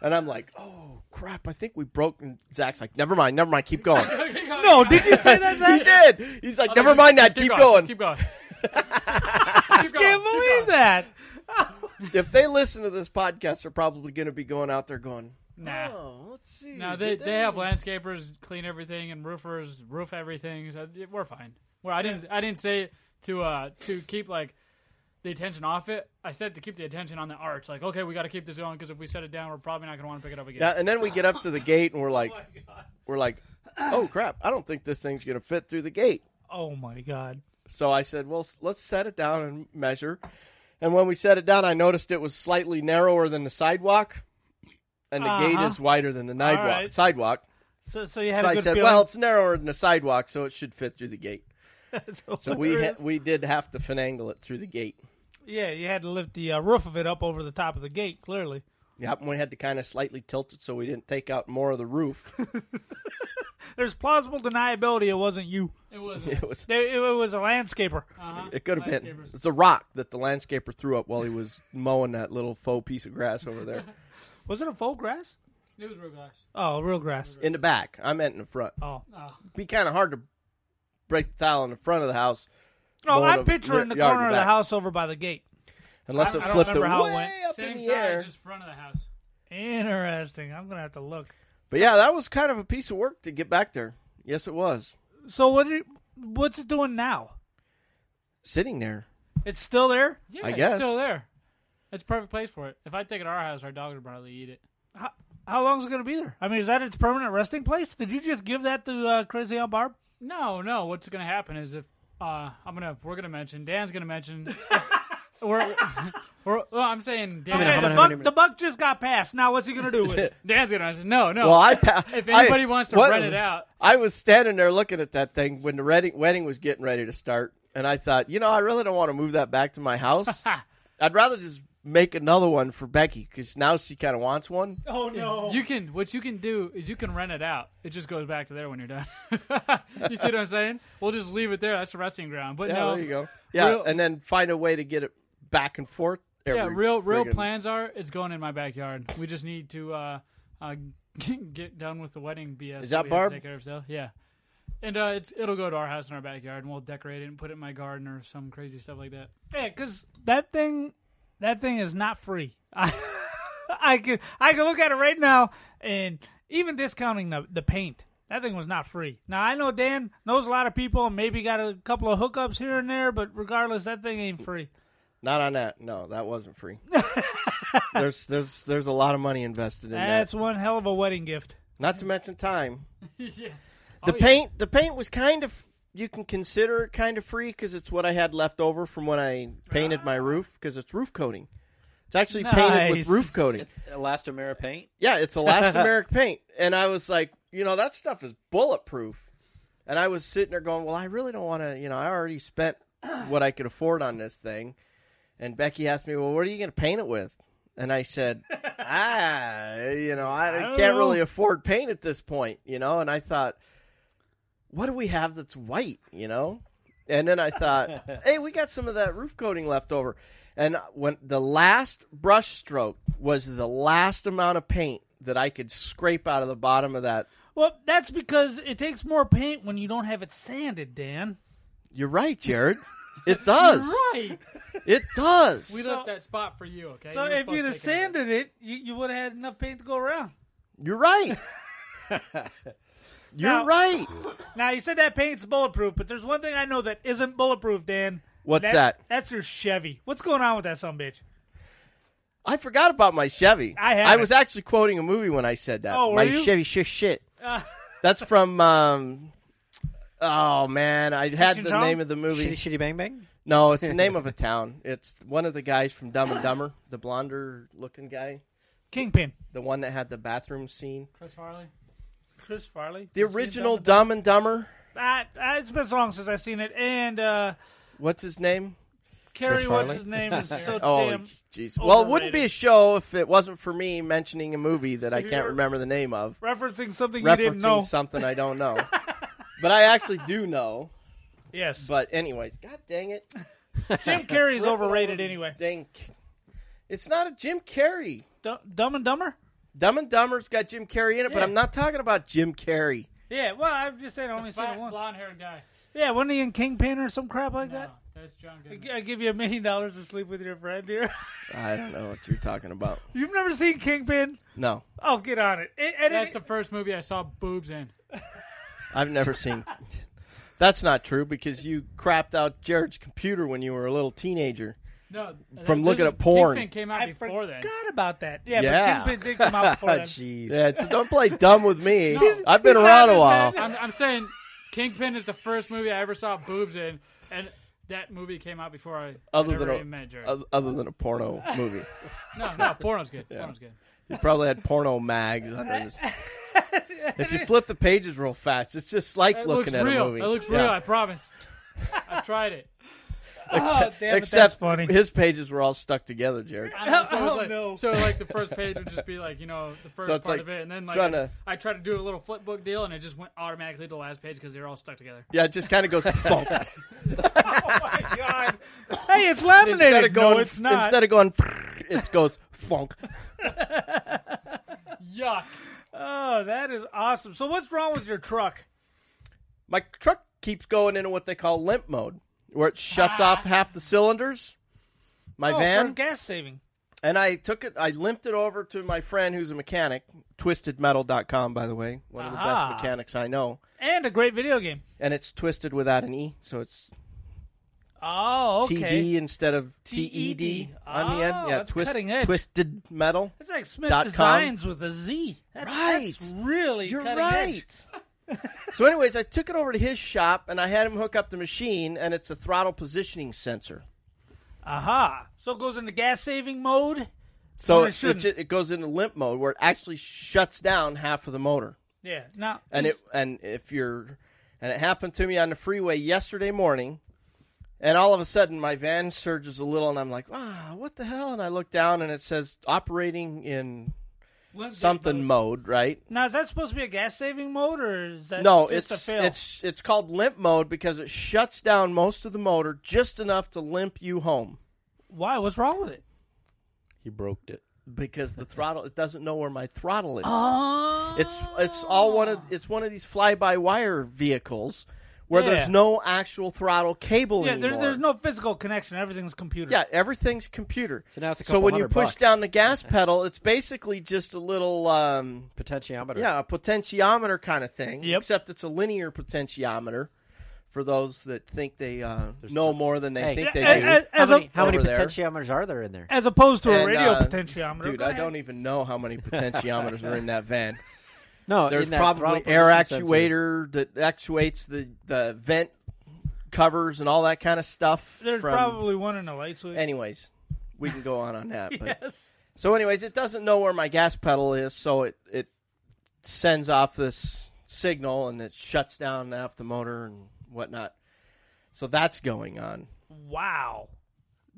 and I'm like, oh crap, I think we broke. And Zach's like, never mind, never mind,
[LAUGHS]
keep going.
no, did you say
[LAUGHS]
that? Zach?
he did. He's like, never mind that, keep, going. [LAUGHS]
Keep going.
I can't believe that.
if they listen to this podcast, they're probably going to be going out there going,
Nah.
"Oh, let's see."
No, they, they have landscapers clean everything and roofers roof everything. So it- we're fine. Well, I didn't I didn't say to uh to keep like the attention off it. I said to keep the attention on the arch. Like, okay, we got to keep this going because if we set it down, we're probably not going to want to pick it up again.
[LAUGHS] Yeah, and then we get up to the gate and
[LAUGHS] Oh
we're like, we're like, "Oh crap! I don't think this thing's going to fit through the gate."
Oh my god.
So I said, "Well, s- let's set it down and measure." And when we set it down, I noticed it was slightly narrower than the sidewalk, and the gate
Uh-huh.
is wider than the
All
sidewalk.
right.
Sidewalk.
So so you had
So
a
I
good
said,
feeling.
"Well, it's narrower than the sidewalk, so it should fit through the gate."
[LAUGHS] That's
So we ha-
hilarious.
we did have to finagle it through the gate.
yeah, you had to lift the uh, roof of it up over the top of the gate. Clearly,
Yep, and we had to kind of slightly tilt it so we didn't take out more of the
[LAUGHS]
roof. [LAUGHS]
there's plausible deniability. It wasn't you.
[LAUGHS]
It was.
it was
There, it, was a landscaper.
Uh-huh.
it could have been
Landscapers.
it's a rock that the landscaper threw up while he was mowing that little faux piece of grass over
[LAUGHS]
there
Was it a full grass?
It was real glass.
Oh, real grass.
in the back. I meant in the front.
Oh,
Oh.
It'd be kind of hard to break the tile in the front of the house
oh
Mowing
I'm
the-
picturing the
yard in
corner of the
back.
house over by the gate.
unless
I-
it
I don't
flipped
remember how
way
it went.
up
Same
in the
side,
air.
just front of the house.
Interesting. I'm gonna have to look.
But yeah, that was kind of a piece of work to get back there. Yes, it was
So what? Did, what's it doing now?
sitting there.
It's still there.
Yeah,
I
it's
guess.
still there. It's a perfect place for it. If I take it to our house, our dog would probably eat it.
How, how long is it gonna be there? I mean, is that its permanent resting place? Did you just give that to uh, Crazy Al Barb?
No, no. What's going to happen is if uh, I'm gonna, we're gonna mention. Dan's gonna [LAUGHS] mention. we're, we're. Well, I'm saying Dan.
Okay, the, buck, the buck just got passed. Now what's he gonna do with it?
Dan's gonna mention. No, no.
Well, I pa-
if
I-
anybody wants to
what-
rent it out,
I was standing there looking at that thing when the wedding, wedding was getting ready to start, and I thought, you know, I really don't want to move that back to my
[LAUGHS]
house.
Oh,
I'd rather just make another one for Becky because now she kind of wants one.
Oh no!
you can. What you can do is you can rent it out. It just goes back to there when you're done. [LAUGHS] you see what I'm saying? We'll just leave it there. That's the resting ground. But
Yeah,
no,
there you go. Yeah,
Real-
and then find a way to get it back and forth. Every
yeah, real real
friggin-
plans are it's going in my backyard. We just need to uh, uh, [LAUGHS] get done with the wedding BS.
Is that
we have to
Barb?
Take care of still, yeah. And uh, it's it'll go to our house in our backyard, and we'll decorate it and put it in my garden or some crazy stuff like that.
Yeah, because that thing, that thing is not free. [LAUGHS] I, I can I can look at it right now, and even discounting the the paint, that thing was not free. Now I know Dan knows a lot of people, and maybe got a couple of hookups here and there, but regardless, that thing ain't free.
Not on that. No, that wasn't
[LAUGHS]
free. there's there's there's a lot of money invested in that.
That's one hell of a wedding gift.
Not to mention time.
[LAUGHS] yeah.
The paint the paint was kind of you can consider it kind of free because it's what I had left over from when I painted
Ah.
my roof because it's roof coating. It's actually painted
Nice.
with
[LAUGHS]
roof coating.
It's elastomeric paint.
Yeah, it's elastomeric paint, and I was like, you know, that stuff is bulletproof. And I was sitting there going, well, I really don't want to. You know, I already spent [CLEARS THROAT] what I could afford on this thing. And Becky asked me, well, what are you going to paint it with? And
[LAUGHS]
I said, ah, you know, I,
don't
can't
know."
really afford paint at this point, you know. And I thought, what do we have that's white, you know? And then I thought,
[LAUGHS]
hey, we got some of that roof coating left over. And when the last brush stroke was the last amount of paint that I could scrape out of the bottom of that.
Well, that's because it takes more paint when you don't have it sanded, Dan.
You're right, Jared.
[LAUGHS]
It does.
Right.
It does. [LAUGHS]
We left that spot for you, okay?
So
You were
if
supposed
you'd
to
have
take care of it.
sanded it, you, you would have had enough paint to go around. [LAUGHS]
You're right. You're
Now-
right.
Now you said that paint's bulletproof, but there's one thing I know that isn't bulletproof, Dan.
What's that?
That's your Chevy. What's going on with that son bitch?
I forgot about my Chevy.
I haven't.
I was actually quoting a movie when I said that.
Oh, were
my
you? Uh,
Chevy
[LAUGHS]
shit shit. That's from um Oh man, I had
Cheech and
the
Chong?
name of the movie.
Shitty, shitty, bang, bang.
No, it's the name of a town. It's one of the guys from Dumb and Dumber, the blonder looking guy.
Kingpin.
The one that had the bathroom scene.
Chris Farley.
Chris Farley.
The original Dumb and Dumber.
I, I, it's been so long since I've seen it. And uh,
what's his name?
Carrie, what's his name? Is so
[LAUGHS] oh,
damn.
jeez. Well, it
overrated.
wouldn't be a show if it wasn't for me mentioning a movie that I can't
You're
remember the name of,
Referencing something you didn't know.
referencing something I
[LAUGHS]
don't know. but I actually do know.
Yes.
But anyways, God dang it.
Jim Carrey's
Flip it
overrated
over.
anyway.
Dang. It's not a Jim Carrey.
D- Dumb and Dumber?
Dumb and Dumber's got Jim Carrey in it, but
Yeah.
I'm not talking about Jim Carrey.
Yeah, well, I'm just saying I only seen it once.
Blonde haired guy. Oh,
Yeah, wasn't he in Kingpin or some crap like that?
That's John
I
Goodman.
gi- I give you a million dollars to sleep with your friend here. [LAUGHS]
I don't know what you're talking about.
You've never seen Kingpin?
No,
Oh, get on it. It- and
That's
it-
the first movie I saw boobs in.
I've
[LAUGHS]
never seen. That's not true because you crapped out Jared's computer when you were a little teenager.
No,
From
this
looking
is-
at porn.
Kingpin came out
I
before then.
forgot about that. Yeah,
Yeah.
but Kingpin did [LAUGHS] come out
[LAUGHS]
before that.
Jeez.
Yeah, so don't play dumb with
[LAUGHS]
me.
No.
I've been around a while.
I'm, I'm saying Kingpin is the first movie I ever saw boobs in, and that movie came out before I
Other
I'd
than
ever
a-
even met Jared.
Oth- Other than a porno movie,
no,
[LAUGHS]
no, porno's good. Porno's good.
you probably had porno
[LAUGHS]
mags under his. If you flip the pages real fast, it's just like
It looks
looking at
real.
a movie.
It looks
Yeah.
real. I promise.
[LAUGHS]
I tried it.
Oh, damn it,
Except
that's funny.
[LAUGHS] his pages were all stuck together, Jared.
[LAUGHS]
I know, so, it was
Oh,
like,
no.
so like the first page would just be like you know the first
So it's
part
like
of it, and then like
trying to-
I tried to do a little flip book deal, and it just went automatically to the last page because they were all stuck together.
Yeah, it just kind
[LAUGHS]
of goes thump.
Oh my
[LAUGHS]
god! hey, it's laminated.
instead of going
no, it's not.
instead of going [LAUGHS] it goes funk.
Yuck!
oh, that is awesome. So, what's wrong with your truck?
My truck keeps going into what they call limp mode, where it shuts off half the cylinders.
Ah.
My
oh, for
van
gas saving.
and I took it I limped it over to my friend who's a mechanic, twistedmetal.com by the way, one of the best
Aha.
mechanics I know.
And a great video game.
And it's twisted without an e, so it's
Oh, okay.
TD instead of
TED.
TED on the end.
Oh,
Yeah,
that's
twist,
cutting edge.
twisted metal.
It's like Smith
dot com.
Designs with a Z. That's, that's
Right.
really
You're
cutting edge.
right. [LAUGHS] so, anyways, I took it over to his shop and I had him hook up the machine, and it's a throttle positioning sensor.
Aha! So it goes into gas saving mode.
So
Well, it
it, it,
shouldn't.
ju- it goes into limp mode where it actually shuts down half of the motor.
Yeah. Now,
And it and if you're and it happened to me on the freeway yesterday morning, and all of a sudden my van surges a little, and I'm like, "Ah, what the hell?" And I look down, and it says operating in
Limp
something
mode.
mode, right?
now is that supposed to be a gas saving mode, or is that
No,
just
it's
a fail?
it's it's called limp mode because it shuts down most of the motor just enough to limp you home
Why? What's wrong with it?
He broke it.
because
[LAUGHS]
the throttle it doesn't know where my throttle is.
Oh,
It's it's all one of it's one of these fly by wire vehicles where
Yeah.
there's no actual throttle cable
yeah.
anymore.
There's there's no physical connection. Everything's computer.
yeah, everything's computer.
So now it's a
so
couple
when you
hundred
push
bucks.
down the gas pedal, it's basically just a little um,
Potentiometer.
Yeah, a potentiometer kind of thing.
Yep.
Except it's a linear potentiometer for those that think they uh, know more than they
Hey.
think they
Yeah,
do.
I- I-
How
As
many,
a-
how many
over there.
potentiometers are there in there?
As opposed to a
And,
radio
uh,
potentiometer.
Dude,
Go
I
ahead.
don't e-, even know how many potentiometers are in that van.
No,
There's
Uh, in that
probably
throttle
air
position sensor.
actuator that actuates the, the vent covers and all that kind of stuff.
There's
from-
probably one in the light switch. [LAUGHS]
Anyways, we can go on on that. But
yes.
so, anyways, it doesn't know where my gas pedal is, so it it sends off this signal and it shuts down half the motor and whatnot. So that's going on.
Wow.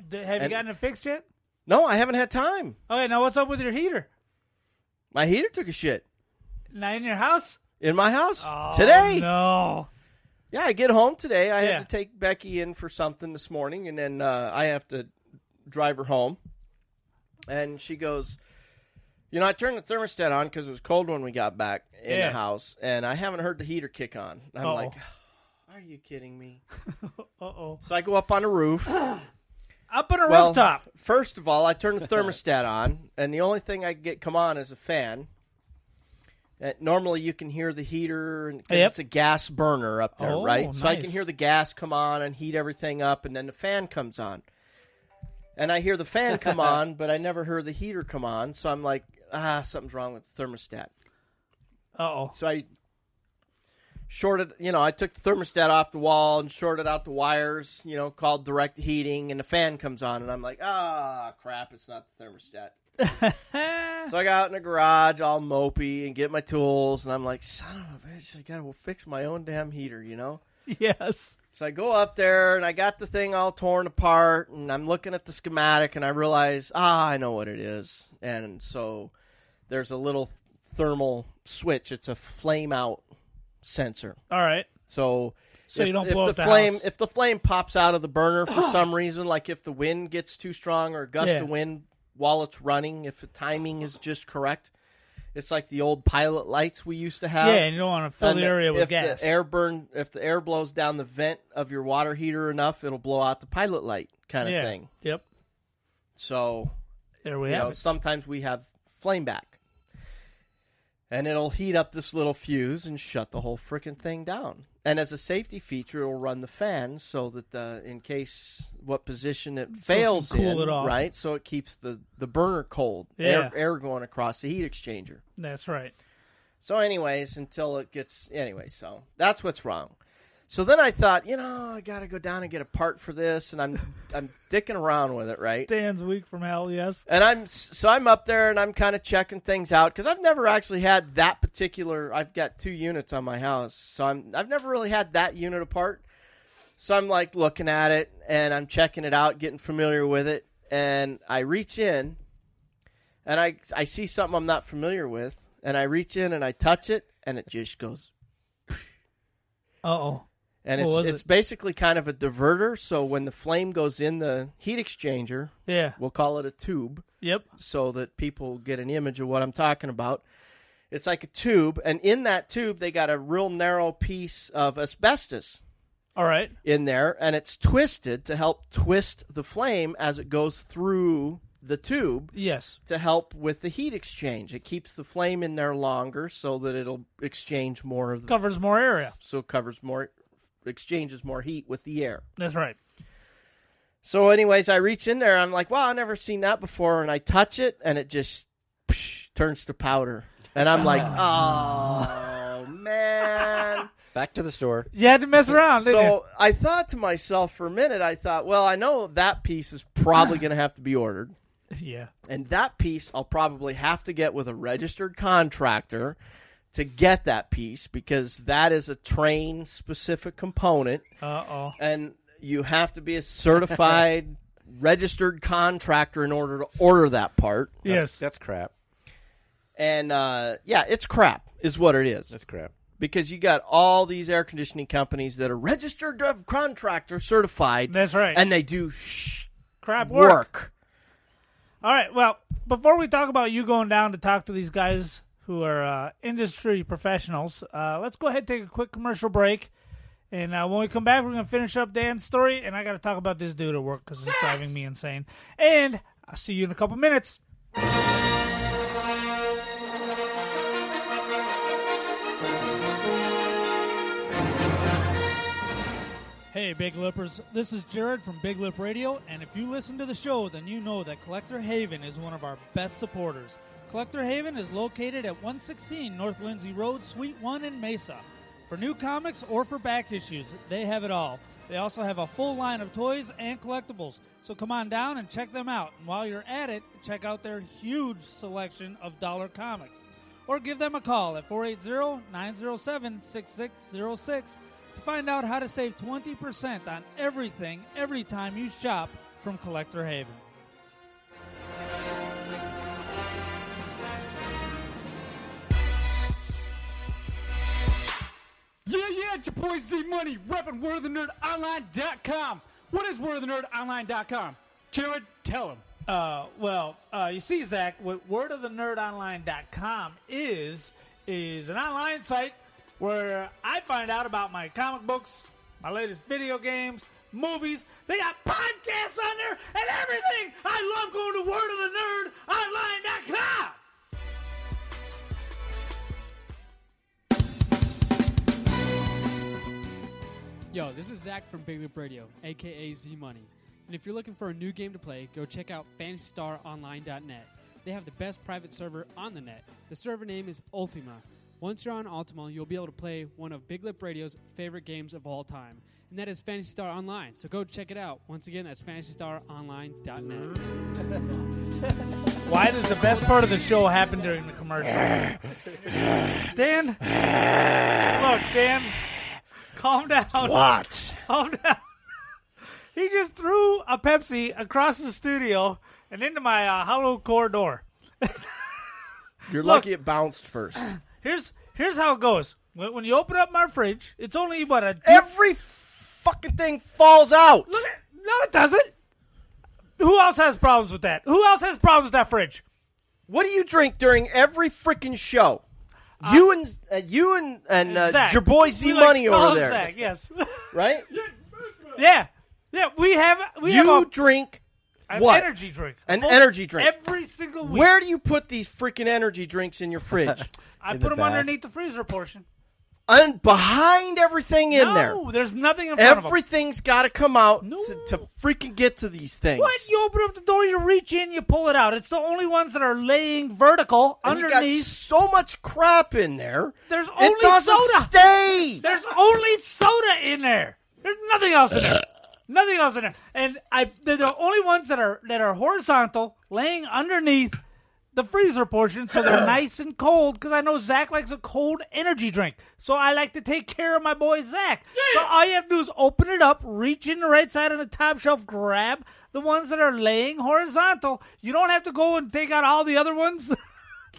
D- have you
And-
gotten it fixed yet?
No, I haven't had time.
Okay, now what's up with your heater?
My heater took a shit
Not in your house
in my house
Oh,
today.
No.
Yeah, I get home today. I
Yeah.
had to take Becky in for something this morning, and then uh, I have to drive her home. And she goes, You know, I turned the thermostat on because it was cold when we got back in
Yeah.
the house, and I haven't heard the heater kick on. And I'm
Uh-oh.
like, Are you kidding me?
Uh oh.
So I go up on the roof.
Up on a
Well,
rooftop.
First of all, I
[LAUGHS]
turn the thermostat on, and the only thing I can get come on is a fan. Uh, normally, you can hear the heater, and 'cause
Yep.
it's a gas burner up there,
Oh,
right? So I can
nice.
hear the gas come on and heat everything up, and then the fan comes on. And I hear the
[LAUGHS]
fan come on, but I never hear the heater come on. So I'm like, ah, something's wrong with the thermostat.
Uh oh.
So I shorted, you know, I took the thermostat off the wall and shorted out the wires, you know, called direct heating, and the fan comes on, and I'm like, ah, crap, it's not the thermostat. so I got out in the garage all mopey and get my tools, and I'm like, son of a bitch, I gotta fix my own damn heater, you know?
[LAUGHS] Yes.
So I go up there and I got the thing all torn apart, and I'm looking at the schematic, and I realize, ah, I know what it is. And so there's a little thermal switch, it's a flame out sensor.
All right.
So.
So
if,
you don't
if
blow
the
up the
flame
house.
if the flame pops out of the
[GASPS]
burner for some reason, like if the wind gets too strong or a gust
Yeah.
of wind while it's running, if the timing is just correct, it's like the old pilot lights we used to have.
Yeah, and you don't want to fill
Uh, And
the area with
if
gas.
The air burn if the air blows down the vent of your water heater enough, it'll blow out the pilot light kind of
yeah.
thing.
Yep.
So
There we
you
have
know,
it.
sometimes we have flame back. And it'll heat up this little fuse and shut the whole freaking thing down. And as a safety feature, it'll run the fan so that uh, in case what position it fails
cool it
in,
off.
right? So it keeps the, the burner cold,
Yeah.
air, air going across the heat exchanger.
That's right.
So, anyways, until it gets anyway, so that's what's wrong. So then I thought, you know, I gotta go down and get a part for this, and I'm I'm dicking around with it, right?
Dan's weak from hell. Yes.
And I'm so I'm up there and I'm kind of checking things out because I've never actually had that particular. I've got two units on my house, so I'm I've never really had that unit apart. So I'm like looking at it and I'm checking it out, getting familiar with it, and I reach in and I I see something I'm not familiar with, and I reach in and I touch it, and it just goes
Uh oh.
and
What
it's
was
it's
it?
basically kind of a diverter. So when the flame goes in the heat exchanger,
Yeah.
we'll call it a tube,
Yep.
so that people get an image of what I'm talking about. It's like a tube, and in that tube they got a real narrow piece of asbestos
All right.
in there, and it's twisted to help twist the flame as it goes through the tube
Yes.
to help with the heat exchange. It keeps the flame in there longer so that it'll exchange more of the
Covers more area.
so it covers more exchanges more heat with the air.
That's right.
So, anyways, I reach in there. I'm like, wow, I've never seen that before. And I touch it, and it just psh, turns to powder. And I'm like, oh, man.
[LAUGHS] Back to the store.
You had to mess around. Didn't
So I thought to myself for a minute, I thought, well, I know that piece is probably going to have to be ordered.
you? [LAUGHS] Yeah.
And that piece I'll probably have to get with a registered contractor to get that piece because that is a train specific component
Uh oh.
and you have to be a [LAUGHS] certified registered contractor in order to order that part
Yes.
That's crap.
and uh, yeah it's crap is what it is
That's crap.
because you got all these air conditioning companies that are registered of contractor certified
That's right.
and they do sh-
Crap
work.
work. All right. Well, before we talk about you going down to talk to these guys who are uh, industry professionals, uh, let's go ahead and take a quick commercial break. And uh, when we come back, we're going to finish up Dan's story. And I got to talk about this dude at work because it's driving me insane. And I'll see you in a couple minutes.
Hey, Big Lippers. This is Jared from Big Lip Radio, and if you listen to the show, then you know that Collector Haven is one of our best supporters. Collector Haven is located at 116 North Lindsay Road, Suite 1 in Mesa. For new comics or for back issues, they have it all. They also have a full line of toys and collectibles, so come on down and check them out. And while you're at it, check out their huge selection of dollar comics or give them a call at 480-907-6606 to find out how to save 20% on everything every time you shop from Collector Haven.
Yeah, yeah, it's your boy Z Money, repping WordTheNerdOnline.com. What is WordTheNerdOnline.com? Jared, tell him.
Uh, well, uh, you see, Zach, what wordofthernerdonline.com is is an online site where I find out about my comic books, my latest video games, movies. They got podcasts on there and everything. I love going to wordofthernerdonline.com.
Yo, this is Zach from Big Loop Radio, aka Z Money. And if you're looking for a new game to play, go check out FantasyStarOnline.net. They have the best private server on the net. The server name is Ultima.
Once you're on Altima, you'll be able to play one of Big Lip Radio's favorite games of all time, and that is Fantasy Star Online. So go check it out. Once again, that's fantasystaronline.net.
Why does the best part of the show happen during the commercial? Dan, look, Dan, calm down.
What?
Calm down. he just threw a Pepsi across the studio and into my uh, hollow corridor.
You're Look, lucky it bounced first.
Here's here's how it goes. When, when you open up my fridge, it's only about a
[SIGHS] every fucking thing falls out.
Look at, no, it doesn't. Who else has problems with that? Who else has problems with that fridge?
What do you drink during every freaking show? Uh, you and uh, you and and uh, your boy Z
we
Money
like, "Oh,
over there.
Zach, yes. [LAUGHS]
right.
yeah, yeah. We have we
you
have a,
drink
an
what?
energy drink.
An Full, energy drink.
Every single week.
Where do you put these freaking energy drinks in your fridge? [LAUGHS]
I
In
put
the
them
back.
underneath the freezer portion.
And behind everything in
no,
there.
there's nothing in front of them.
Everything's got to come out
No.
to, to freaking get to these things.
What? You open up the door, you reach in, you pull it out. It's the only ones that are laying vertical
And you got
underneath.
so much crap in there.
There's only
it doesn't
soda.
stay.
There's only soda in there. There's nothing else in there. nothing else in there. And I they're the only ones that are that are horizontal, laying underneath the freezer portion, so they're nice and cold. Because I know Zach likes a cold energy drink, so I like to take care of my boy Zach. So all you have to do is open it up, reach in the right side on the top shelf, grab the ones that are laying horizontal. You don't have to go and take out all the other ones. [LAUGHS]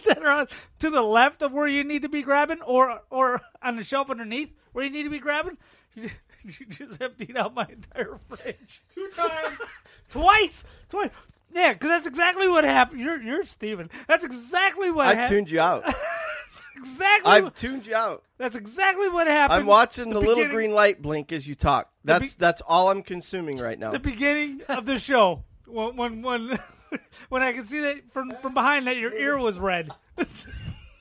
that are on, to the left of where you need to be grabbing, or or on the shelf underneath where you need to be grabbing. [LAUGHS] You just, you just emptied out my entire fridge two times, [LAUGHS] twice, twice. Yeah, because that's exactly what happened. You're you're Steven. That's exactly what
I've
happened.
tuned
[LAUGHS]
you out.
Exactly.
I've
what-
tuned you out.
that's exactly what happened.
I'm watching the, little
beginning-
green light blink as you talk. That's that's all I'm consuming right now.
The
[LAUGHS]
beginning of the show when when when, [LAUGHS] when I could see that from from behind that your ear was red.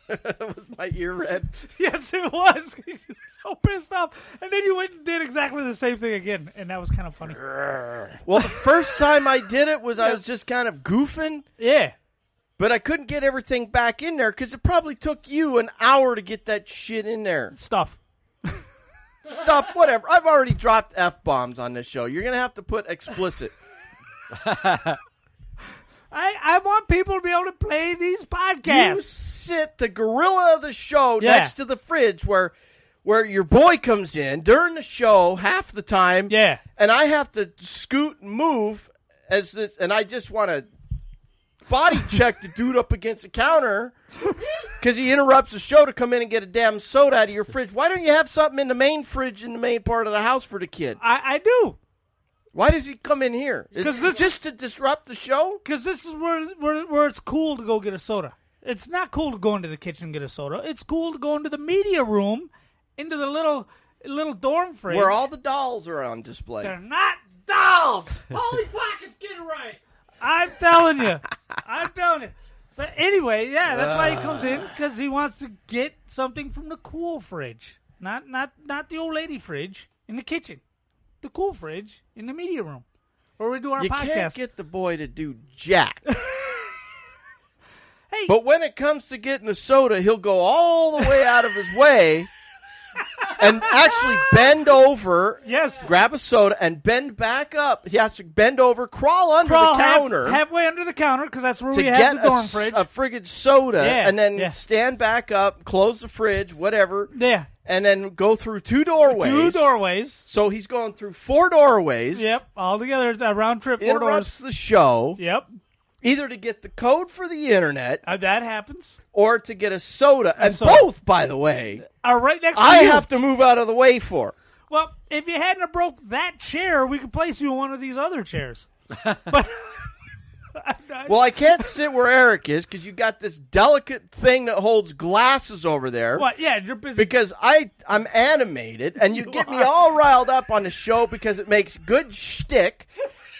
was my ear red?
Yes, it was. [LAUGHS] 'cause you were so pissed off, and then you went and did exactly the same thing again, and that was kind of funny.
Well, the first time I did it was I was just kind of goofing,
Yeah,
but I couldn't get everything back in there because it probably took you an hour to get that shit in there.
stuff.
Stuff, whatever. I've already dropped f bombs on this show. You're gonna have to put explicit.
I I want people to be able to play these
You
podcasts.
sit the gorilla of the show
Yeah.
next to the fridge where where your boy comes in during the show half the time.
yeah,
and I have to scoot and move as this, and I just want to body check the dude up against the counter because he interrupts the show to come in and get a damn soda out of your fridge. Why don't you have something in the main fridge in the main part of the house for the kid?
I I do
Why does he come in here? Is
'Cause
it
this-
just to disrupt the show?
because this is where where where it's cool to go get a soda. It's not cool to go into the kitchen and get a soda. It's cool to go into the media room, into the little little dorm fridge.
Where all the dolls are on display.
They're not dolls.
[LAUGHS] Holy pockets, get it right.
I'm telling you. I'm telling you. So anyway, yeah, that's why he comes in
Ah.
because he wants to get something from the cool fridge, not not not the old lady fridge in the kitchen, the cool fridge in the media room, where we do our
You
podcast.
can't get the boy to do jack.
[LAUGHS] Hey.
But when it comes to getting a soda, he'll go all the way out of his way and actually bend over,
yes,
grab a soda, and bend back up. He has to bend over, crawl under
crawl
the
half-
counter
halfway under the counter because that's where
to
we have
get
the
a,
dorm
s-
fridge.
a friggin' soda,
Yeah,
and then
yeah.
stand back up, close the fridge, whatever,
yeah,
and then go through two doorways.
two doorways.
So he's going through four doorways.
Yep, all together it's a round trip four doors.
Interrupts the show
Yep,
either to get the code for the internet
uh, that happens.
or to get a soda. And
soda.
both, by the way,
Uh, right next.
I
to you.
have to move out of the way for.
Well, if you hadn't have broke that chair, we could place you in one of these other chairs. But
Well, I can't sit where Eric is because you got this delicate thing that holds glasses over there.
what? Yeah, you're busy.
Because I I'm animated, and you, get me all riled up on the show because it makes good shtick,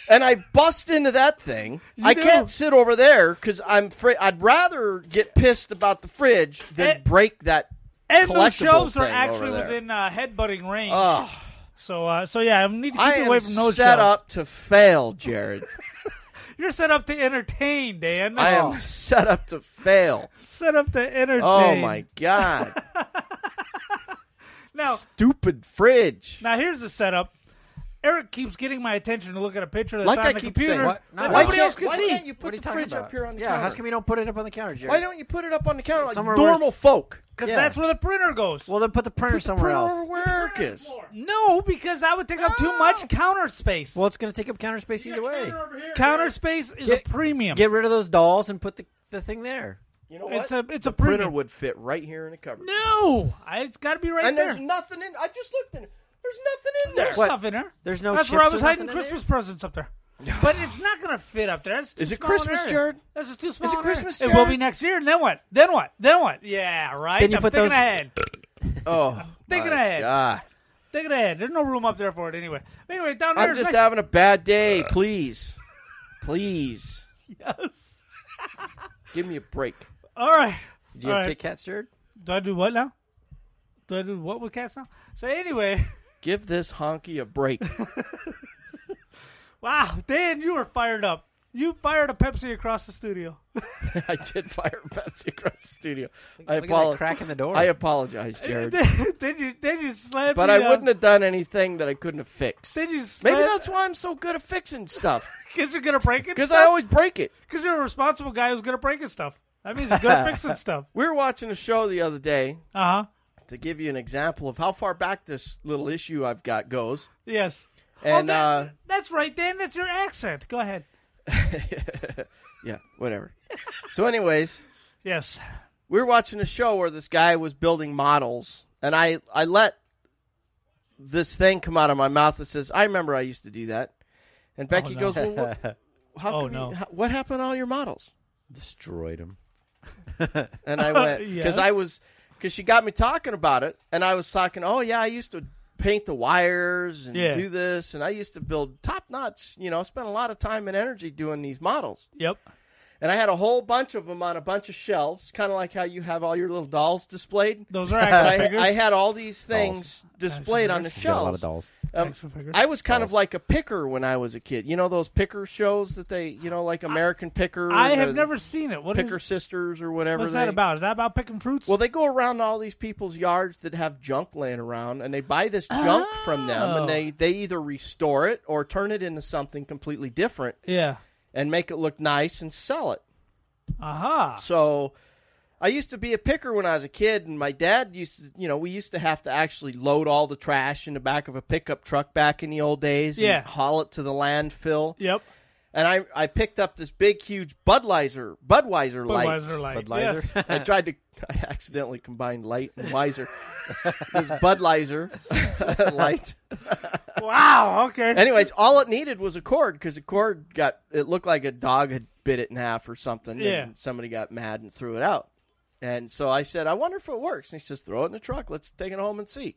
and I bust into that thing. I
do.
can't sit over there because I'm afraid I'd rather get pissed about the fridge than
And-
break that.
and those
collectible
shows are
thing
actually
over there.
within uh, headbutting range.
Ugh.
So, uh, so yeah, I need to keep
I
you
am
away from those
set
shows.
up to fail, Jared.
You're set up to entertain, Dan.
I [LAUGHS]
That's all.
am set up to fail.
set up to entertain.
[LAUGHS] Oh my god!
Now,
stupid fridge.
Now here's the setup. Eric keeps getting my attention to look at a picture that's
Like
on
I
the
keep
computer
saying, what? No,
that
why
nobody else can
can't- why
see.
can't you put
What are you
the
talking
fridge
about?
up here on the
yeah,
counter?
how come you don't put it up on the counter, Jerry?
Why don't you put it up on the counter like
Somewhere where
normal
it's-
folk?
Because
Yeah.
that's where the printer goes.
Well, then put the printer somewhere
Put it
else.
over where it is.
no, because that would take up too much counter space.
Well, it's going to take up counter space either way.
counter space is a premium.
Get rid of those dolls and put the, the thing there.
You know what?
it's a it's a
the printer
premium.
would fit right here in the cupboard.
no, I, it's got to be right
and
there.
there's nothing in. I just looked in. There's nothing in there.
There's
Is
stuff in there.
There's no
That's where I
chips
was
or
hiding
nothing in
Christmas presents up
[SIGHS]
there. But it's not going to fit up there. That's too
Is it
small an
Christmas,
area.
[LAUGHS] Jared?
That's just too small.
it
an area.
Christmas,
It will
Jared?
be next year. And then what? Then what? Then what? Yeah, right.
Then you
I'm
put
thinking
those-
ahead.
Oh,
Thinking
my
ahead.
God.
Thinking ahead. There's no room up there for it anyway. Anyway, down there.
I'm
is
just
nice-
having a bad day. [LAUGHS] Please, please,
[LAUGHS] Yes.
give me a break.
All right.
Do you
All
have
right.
Kit Kat, Jared?
Do I do what now? Do I do what with cats now? So anyway, [LAUGHS]
Give this honky a break.
wow, Dan, you were fired up. You fired a Pepsi across the studio. [LAUGHS]
[LAUGHS] I did fire Pepsi across the studio. I
Look at that
apologize.
crack in the door.
I apologize,
[LAUGHS]
Jared.
did you? Did you slam?
But
me
I
down?
wouldn't have done anything that I couldn't have fixed.
Did you?
Maybe
Slam,
that's why I'm so good at
[LAUGHS]
fixing stuff.
because you're gonna break it.
Because I always break it.
Because you're a responsible guy who's good at breaking stuff. That means he's good at
[LAUGHS]
fixing stuff.
We were watching a show the other day
Uh huh.
to give you an example of how far back this little issue I've got goes.
Yes.
And
oh, that-
uh,
that's right, Dan. That's your accent. Go ahead.
uh, [LAUGHS] yeah, whatever. so, anyways,
Yes.
we were watching a show where this guy was building models, and I I let this thing come out of my mouth that says, "I remember I used to do that." And Becky
Oh, no.
goes, "Well,
[LAUGHS]
what, how
Oh,
come you-
no.
how- what happened to all your models?"
Destroyed him.
[LAUGHS] And I went because
[LAUGHS] Yes.
I was because she got me talking about it, and I was talking. Oh yeah, I used to paint the wires and
Yeah.
do this, and I used to build top knots. You know, spent a lot of time and energy doing these models,
Yep.
and I had a whole bunch of them on a bunch of shelves, kind of like how you have all your little dolls displayed.
Those are
But
action figures.
[LAUGHS] I, I had all these things displayed on the
She got a lot
shelves.
of dolls.
Um,
Action figures.
I was kind of like a picker when I was a kid. You know those picker shows that they, you know, like American Picker.
I
and
have
the
never seen it. What is-
Picker Sisters or whatever.
What's that
they-
about? Is that about picking fruits?
Well, they go around all these people's yards that have junk laying around, and they buy this junk from them,
Oh.
and they they either restore it or turn it into something completely different
yeah.
and make it look nice and sell it.
Aha.
So I used to be a picker when I was a kid, and my dad used to, you know, we used to have to actually load all the trash in the back of a pickup truck back in the old days
Yeah.
and haul it to the landfill. [LAUGHS]
Yep.
And I, I picked up this big, huge Budweiser, Budweiser light.
Budweiser light.
Budweiser?
Yes.
[LAUGHS] I tried to, I accidentally combined light and Weiser. [LAUGHS] this Budweiser [LAUGHS] light.
wow. Okay.
Anyways, all it needed was a cord because the cord got it looked like a dog had bit it in half or something.
Yeah.
And somebody got mad and threw it out. And so I said, I wonder if it works. And he says, throw it in the truck. Let's take it home and see.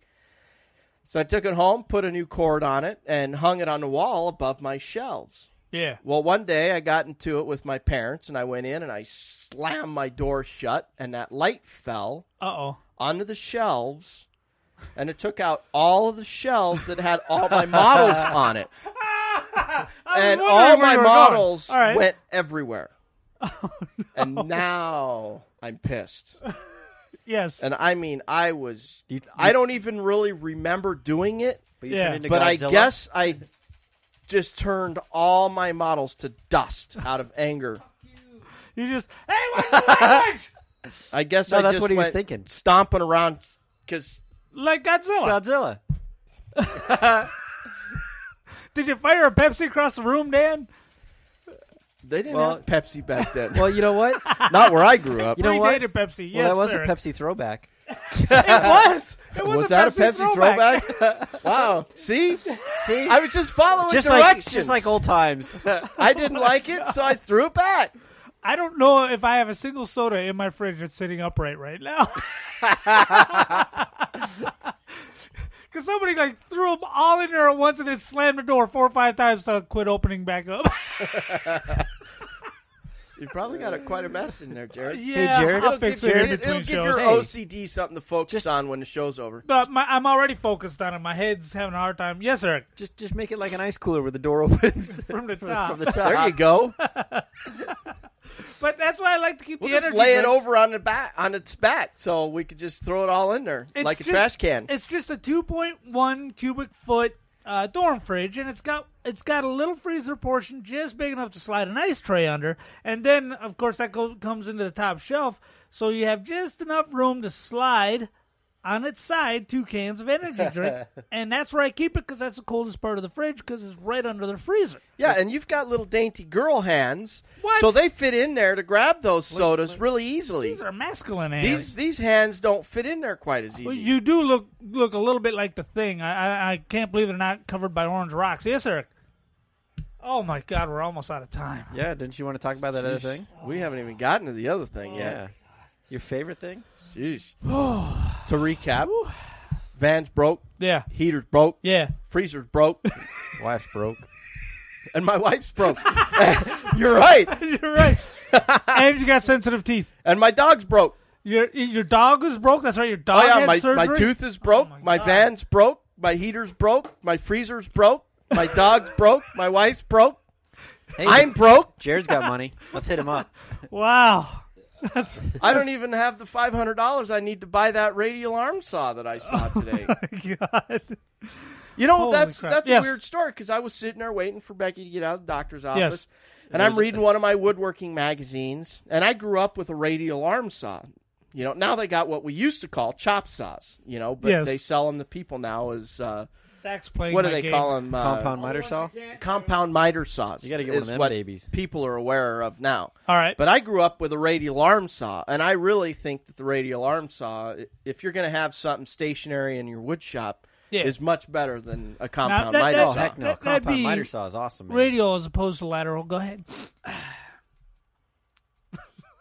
So I took it home, put a new cord on it, and hung it on the wall above my shelves.
yeah.
Well, one day I got into it with my parents, and I went in and I slammed my door shut, and that light fell
Uh oh.
onto the shelves, and it took out all of the shelves that had all my models on it
wondering
and
where
all my
you were going.
models
All right. Oh,
went
[LAUGHS]
everywhere. And now
[LAUGHS]
I'm pissed.
Yes.
And I mean, I was.
You-
I don't even really remember doing it,
But you
Yeah.
turned into
but I
Godzilla?
guess I just turned all my models to dust out of anger.
You just. Hey, what's the
[LAUGHS]
language?
I guess
No,
I
that's
just
what he was
went
thinking.
stomping around because
like Godzilla.
Godzilla.
Did you fire a Pepsi across the room, Dan?
they didn't
Well-
have Pepsi back then.
Well, you know
[LAUGHS]
what?
[LAUGHS] not where I grew up.
You know what?
Predated Pepsi.
well,
yes,
that was
sir.
a Pepsi throwback.
It was. It was,
was
a
that
Pepsi
a Pepsi
[LAUGHS]
throwback? wow. See,
See,
I was just following
just like
directions.
just like
[LAUGHS]
old times.
I didn't like it, so I threw it back.
I don't know if I have a single soda in my fridge that's sitting upright right
[LAUGHS]
now. [LAUGHS] Because somebody like threw them all in there at once and then slammed the door four or five times to quit opening back up. [LAUGHS]
You probably got a, quite a mess in there, Jared.
yeah,
Jared,
I'll
it'll
fix
give
it
you-
in
it'll
between
give your
shows.
Hey.
OCD something to focus on when the show's over.
But my, I'm already focused on it. My head's having a hard time. Yes, Eric,
just just
[LAUGHS]
[LAUGHS]
make it like an ice cooler where the door opens
from the top.
from the top.
There you go.
But that's why I like to keep
We'll
the
just
energy.
lay it
drinks.
over on the back on its back, so we could just throw it all in there
It's
like a
just-
trash can.
It's just a 2.1 cubic foot uh, dorm fridge, and it's got it's got a little freezer portion just big enough to slide an ice tray under, and then of course that go, comes into the top shelf, so you have just enough room to slide on its side two cans of energy
[LAUGHS]
drink, and that's where I keep it because that's the coldest part of the fridge because it's right under the freezer.
Yeah, and you've got little dainty girl hands, so they fit in there to grab those sodas really easily. These
are masculine hands.
These these hands don't fit in there quite as easy.
Well, you do look look a little bit like the thing. I, I I can't believe they're not covered by orange rocks. Yes, Eric. Oh my God, we're almost out of time.
Yeah, didn't you want to talk about that other
Jeez.
thing?
We haven't even gotten to the other thing yet.
Yeah. Your favorite thing?
[SIGHS]
Jeez. to recap, vans broke.
Yeah.
Heaters broke.
Yeah. [LAUGHS]
Freezers broke.
[LAUGHS] Wife's broke.
And my wife's broke. [LAUGHS] You're right.
You're
[LAUGHS]
right. and you got sensitive teeth.
And my dog's broke.
Your your dog was broke. That's right. Your dog
oh yeah,
had
my,
surgery. Oh,
my tooth is broke. my van's broke. My heater's broke. My freezer's broke. My dog's broke. My wife's broke. I'm broke.
Jared's got money. Let's hit him
[LAUGHS]
up.
Wow. [LAUGHS] That's,
I don't even have the five hundred dollars I need to buy that radial arm saw that I saw today.
God.
You know
Holy
that's
crap.
that's
Yes.
a weird story because I was sitting there waiting for Becky to get out of the doctor's
Yes.
office, and I'm reading one of my woodworking magazines, and I grew up with a radial arm saw. You know, now they got what we used to call chop saws. You know, but
Yes.
they sell them to people now as uh,
Zach's playing
What do
my
they
game.
call them?
Compound miter
oh,
saw?
Compound miter saws.
You gotta get one of
is
them
what
babies.
People are aware of now.
All right.
But I grew up with a radial arm saw, and I really think that the radial arm saw, i- if you're going to have something stationary in your wood shop,
Yeah.
is much better than a
Now,
compound
that-
miter
that-
saw.
that-
Heck no,
that'd
compound
be
miter saw is awesome, man.
Radial as opposed to lateral. Go ahead.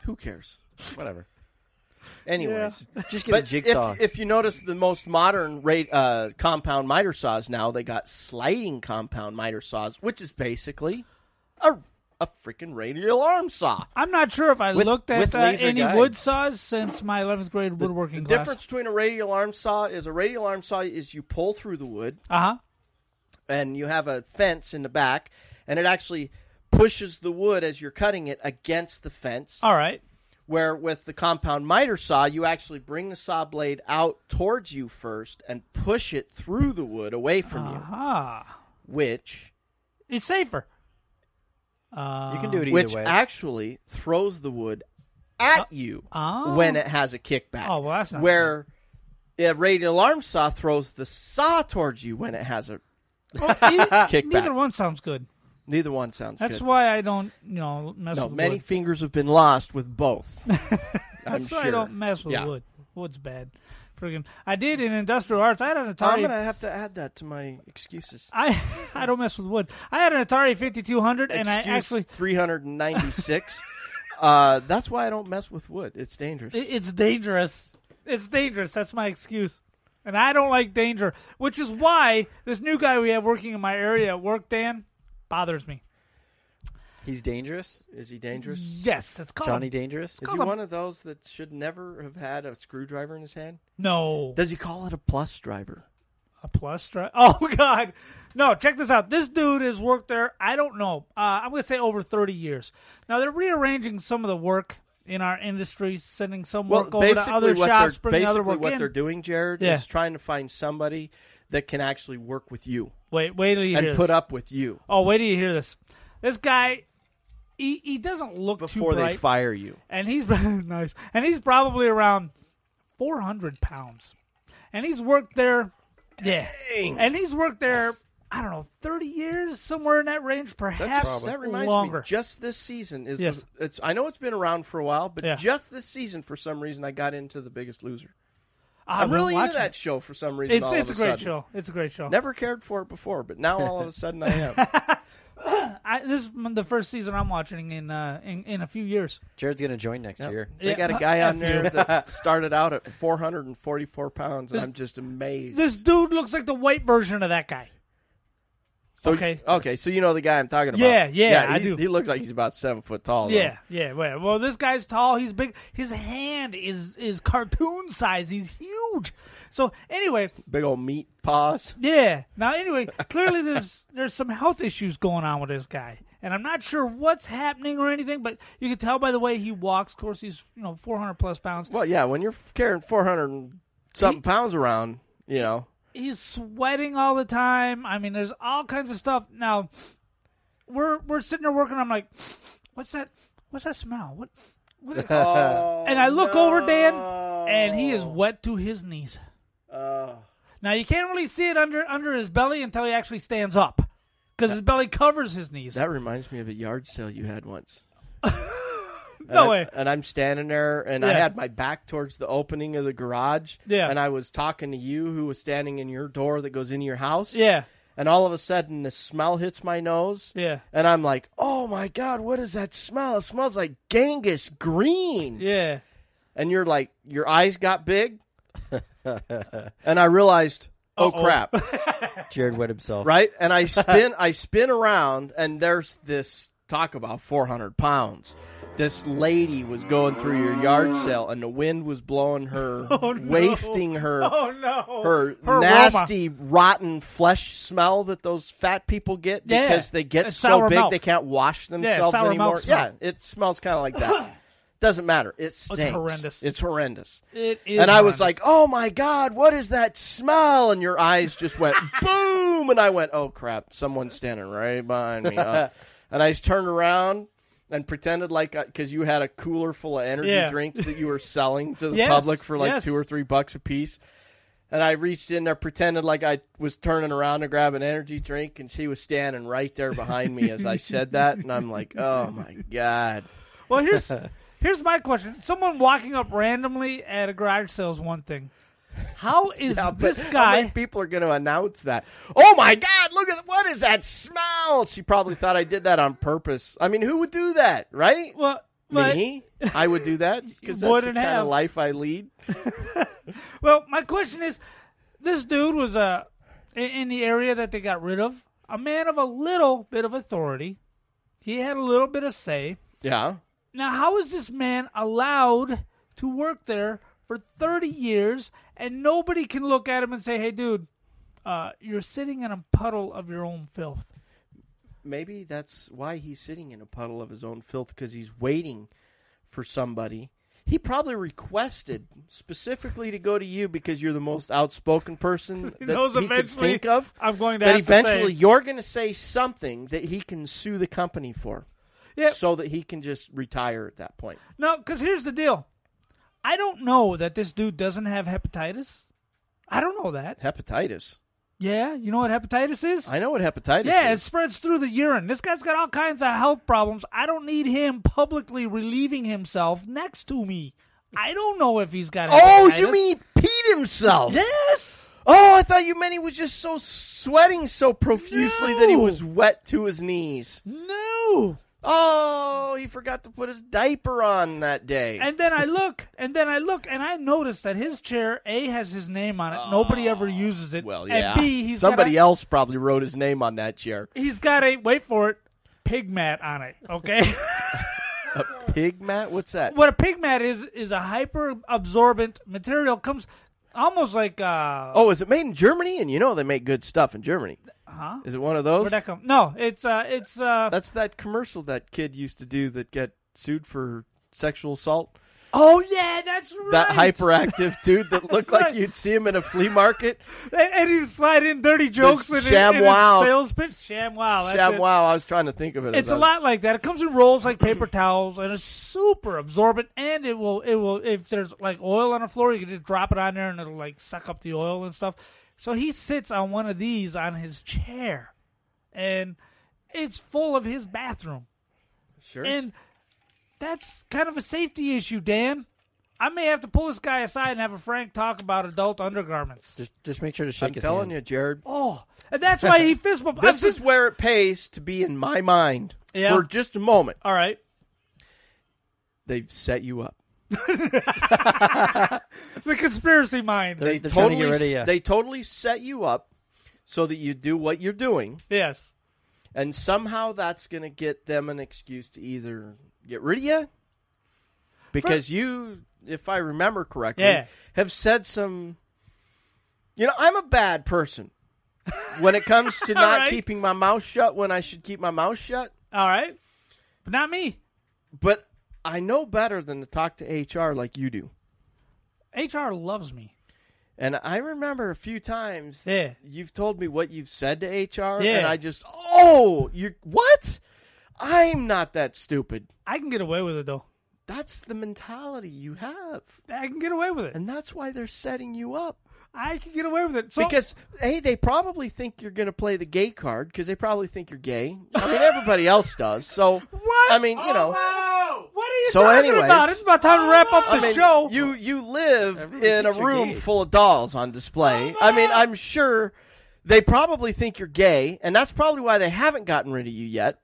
Who cares?
[LAUGHS]
Whatever. Anyways,
Just get a
But
jigsaw.
If, if you notice, the most modern rate, uh, compound miter saws now they got sliding compound miter saws, which is basically a a freaking radial arm saw.
I'm not sure if I
With-
looked at
with
uh,
laser
any
guides.
wood saws since my 11th grade woodworking
The
class.
difference between a radial arm saw is a radial arm saw is you pull through the wood
Uh huh.
and you have a fence in the back, and it actually pushes the wood as you're cutting it against the fence.
All right.
where with the compound miter saw you actually bring the saw blade out towards you first and push it through the wood away from you
Ah,
which
it's
[LAUGHS]
safer. Uh,
You can do it either
which
way.
actually throws the wood at you
oh.
when it has a kickback
Oh, well, that's not
where a radial arm saw throws the saw towards you when it has a
Either,
Kickback.
Uh, neither one sounds good.
neither one sounds
That's
good
why I don't, you know, mess
no
with
many
wood.
fingers have been lost with both I'm
[LAUGHS] That's why I
sure.
don't mess with
Yeah.
wood. Wood's bad. Friggin' I did in industrial arts. I had an Atari.
i'm gonna have to add that to my excuses
I [LAUGHS] I don't mess with wood. I had an Atari 5200, and I
Excuse
actually [LAUGHS]
396. uh, that's why I don't mess with wood. It's dangerous.
it- it's dangerous. It's dangerous. That's my excuse. And I don't like danger, which is why this new guy we have working in my area at work, Dan, bothers me.
He's dangerous.
Is he dangerous? Is
Yes, that's called
Johnny Dangerous.
Call
he
him.
one of those that should never have had a screwdriver in his hand?
No.
Does he call it a plus driver?
A plus drive. [LAUGHS] Oh God, no! Check this out. This dude has worked there. I don't know. Uh, I'm gonna say over 30 years. Now they're rearranging some of the work in our industry, sending some work over to other
what
shops,
they're,
bringing
basically
other work
what
in.
they're doing, Jared,
Yeah.
is trying to find somebody that can actually work with you
Wait, wait till you hear
and
this.
put up with you
Oh, wait till you hear this. This guy, he, he doesn't look
before
too bright,
they fire you.
and he's [LAUGHS] nice, and he's probably around 400 pounds, and he's worked there. Yeah, and he's worked there. I don't know, 30 years, somewhere in that range, perhaps
That's, that reminds
longer.
me. Just this season is
Yes.
it's. I know it's been around for a while, but
Yeah.
just this season, for some reason, I got into The Biggest Loser.
I
I'm
would
really into
watch
that
it.
show for some reason.
It's
all
it's a
of
great
sudden.
show. It's a great show.
Never cared for it before, but now all of a sudden I
[LAUGHS]
am.
I, this is the first season I'm watching in uh, in, in a few years.
Jared's gonna join next year.
They
Yeah.
got a guy on
F you.
there
[LAUGHS]
that started out at 444 pounds, and I'm just amazed.
This dude looks like the white version of that guy.
so,
okay.
okay, so you know the guy I'm talking about.
Yeah, yeah, I
he,
do.
He looks like he's about seven foot tall. though.
Yeah, yeah. Well, well, this guy's tall. He's big. His hand is is cartoon size. He's huge. So anyway,
big old meat paws.
yeah. Now anyway, clearly there's there's some health issues going on with this guy, and I'm not sure what's happening or anything, but you can tell by the way he walks. Of course, he's you know 400 plus pounds.
Well, yeah, when you're carrying 400 something pounds around, you know.
He's sweating all the time. I mean, there's all kinds of stuff. Now, we're we're sitting there working. I'm like, what's that? What's that smell? What? what is-"
Oh,
and I look over Dan, and he is wet to his knees.
Oh.
Now you can't really see it under under his belly until he actually stands up, because his belly covers his knees.
That reminds me of a yard sale you had once.
No
And I-
way.
And I'm standing there, and I
Yeah.
had my back towards the opening of the garage.
Yeah.
And I was talking to you, who was standing in your door that goes into your house.
Yeah.
And all of a sudden, the smell hits my nose.
Yeah.
And I'm like, oh my God, what is that smell? It smells like Genghis green.
Yeah.
And you're like, your eyes got big. [LAUGHS] and I realized, oh
Uh-oh.
[LAUGHS]
crap.
Jared wet himself.
right? And I spin, I spin around, and there's this talk about 400 pounds. This lady was going through your yard sale, and the wind was blowing
[LAUGHS]
her, wafting her,
Oh no.
her,
Her aroma.
nasty, rotten flesh smell that those fat people get
Yeah.
because they get
It's
so
sour
big
milk.
they can't wash themselves
sour milk
anymore. Yeah,
smell. Oh,
it smells kind of
[CLEARS THROAT]
like that. Doesn't matter. It stinks.
horrendous.
It's horrendous.
It is
And I was
horrendous.
like, "Oh my god, what is that smell?" And your eyes
[LAUGHS]
just went boom, and I went, "Oh crap, someone's standing right behind
[LAUGHS]
me." huh?" and I just turned around and pretended like because you had a cooler full of energy
Yeah.
drinks that you were selling to
[LAUGHS]
the
Yes,
public for like
yes.
two or three bucks a piece. And I reached in there, pretended like I was turning around to grab an energy drink, and she was standing right there behind me as I said that. And I'm like, "Oh my god."
Well,
[LAUGHS]
here's here's my question. Someone walking up randomly at a garage sale is one thing.
[LAUGHS]
How is
Yeah, but oh,
this
How
guy?
many people are going to announce that? Oh my God! Look at what is that smell? She probably thought I did that on purpose. I mean, who would do that, right?
Well, but-
Me? I would do that because
[LAUGHS] You
that's the
wouldn't
kind
have.
of life I lead.
well, my question is, this dude was uh, in, in the area that they got rid of. A man of a little bit of authority. He had a little bit of say.
Yeah.
Now, how is this man allowed to work there for 30 years and nobody can look at him and say, hey, dude, uh, you're sitting in a puddle of your own filth?
Maybe that's why he's sitting in a puddle of his own filth because he's waiting for somebody. He probably requested specifically to go to you because you're the most outspoken person
[LAUGHS]
that
knows
he could
eventually
think of.
I'm going to
That
have to
eventually
say-
you're going to say something that he can sue the company for.
Yep.
So that he can just retire at that point.
No, because here's the deal. I don't know that this dude doesn't have hepatitis. I don't know that.
Hepatitis.
Yeah, you know what hepatitis is?
I know what hepatitis
yeah, it
is.
spreads through the urine. This guy's got all kinds of health problems. I don't need him publicly relieving himself next to me. I don't know if he's got
Oh,
hepatitis.
you mean he peed himself?
Yes.
Oh, I thought you meant he was just so sweating so profusely that he
No.
was wet to his knees.
No.
Oh, he forgot to put his diaper on that day.
And then I look, and then I look, and I notice that his chair A has his name on it. Nobody ever uses it.
Oh, well,
And
yeah.
B, he's
Somebody
got
else probably wrote his name on that chair.
a, he's got a wait for it pig mat on it. Okay. [LAUGHS]
A pig mat? What's that?
what a pig mat is is a hyper absorbent material comes almost like uh
Oh, is it made in Germany? And you know they make good stuff in Germany.
huh?
Is it one of those?
Where'd that come? No, it's uh it's uh
That's that commercial that kid used to do that got sued for sexual assault.
oh yeah, that's right.
That
[LAUGHS]
hyperactive dude that looked like
right.
you'd see him in a flea market.
and, and you slide in dirty jokes and in, in
ShamWow.
a sales pitch. Sham
Oh,
wow,
Shab, wow, I was trying to think of it. as
It's
I
a
was-
lot like that. It comes in rolls like [CLEARS THROAT] paper towels, and it's super absorbent. And it will, it will. If there's like oil on the floor, you can just drop it on there, and it'll like suck up the oil and stuff. So he sits on one of these on his chair, and it's full of his bathroom.
Sure.
And that's kind of a safety issue, Dan. I may have to pull this guy aside and have a frank talk about adult undergarments.
Just, just make sure to shake
I'm
his
telling
hand.
you, Jared.
Oh, and that's why he fist bump.
This is where it pays to be in my mind
Yeah.
for just a moment.
all right.
They've set you up.
The conspiracy mind.
They're-
They
they're trying to
totally,
get rid of
s-
you.
they totally set you up so that you do what you're doing,
yes.
and somehow that's going to get them an excuse to either get rid of you because you, if I remember correctly,
Yeah.
have said some. You know, I'm a bad person when it comes to not
Alright. [LAUGHS]
keeping my mouth shut when I should keep my mouth shut.
All right. But not me.
But I know better than to talk to HR like you do.
HR loves me.
And I remember a few times
yeah.
you've told me what you've said to HR,
Yeah.
and I just, oh, you what? I'm not that stupid.
I can get away with it though.
That's the mentality you have.
I can get away with it,
and that's why they're setting you up.
I can get away with it so,
because hey, they probably think you're going to play the gay card because they probably think you're gay. I
[LAUGHS]
mean, everybody else does. So
What?
I mean, you know.
What are you
so,
talking
anyways,
about? It's about time to wrap up the
I mean,
show.
You you live
Everybody
in a
thinks you're
room
gay.
full of dolls on display. I mean, I'm sure they probably think you're gay, and that's probably why they haven't gotten rid of
[LAUGHS]
you yet.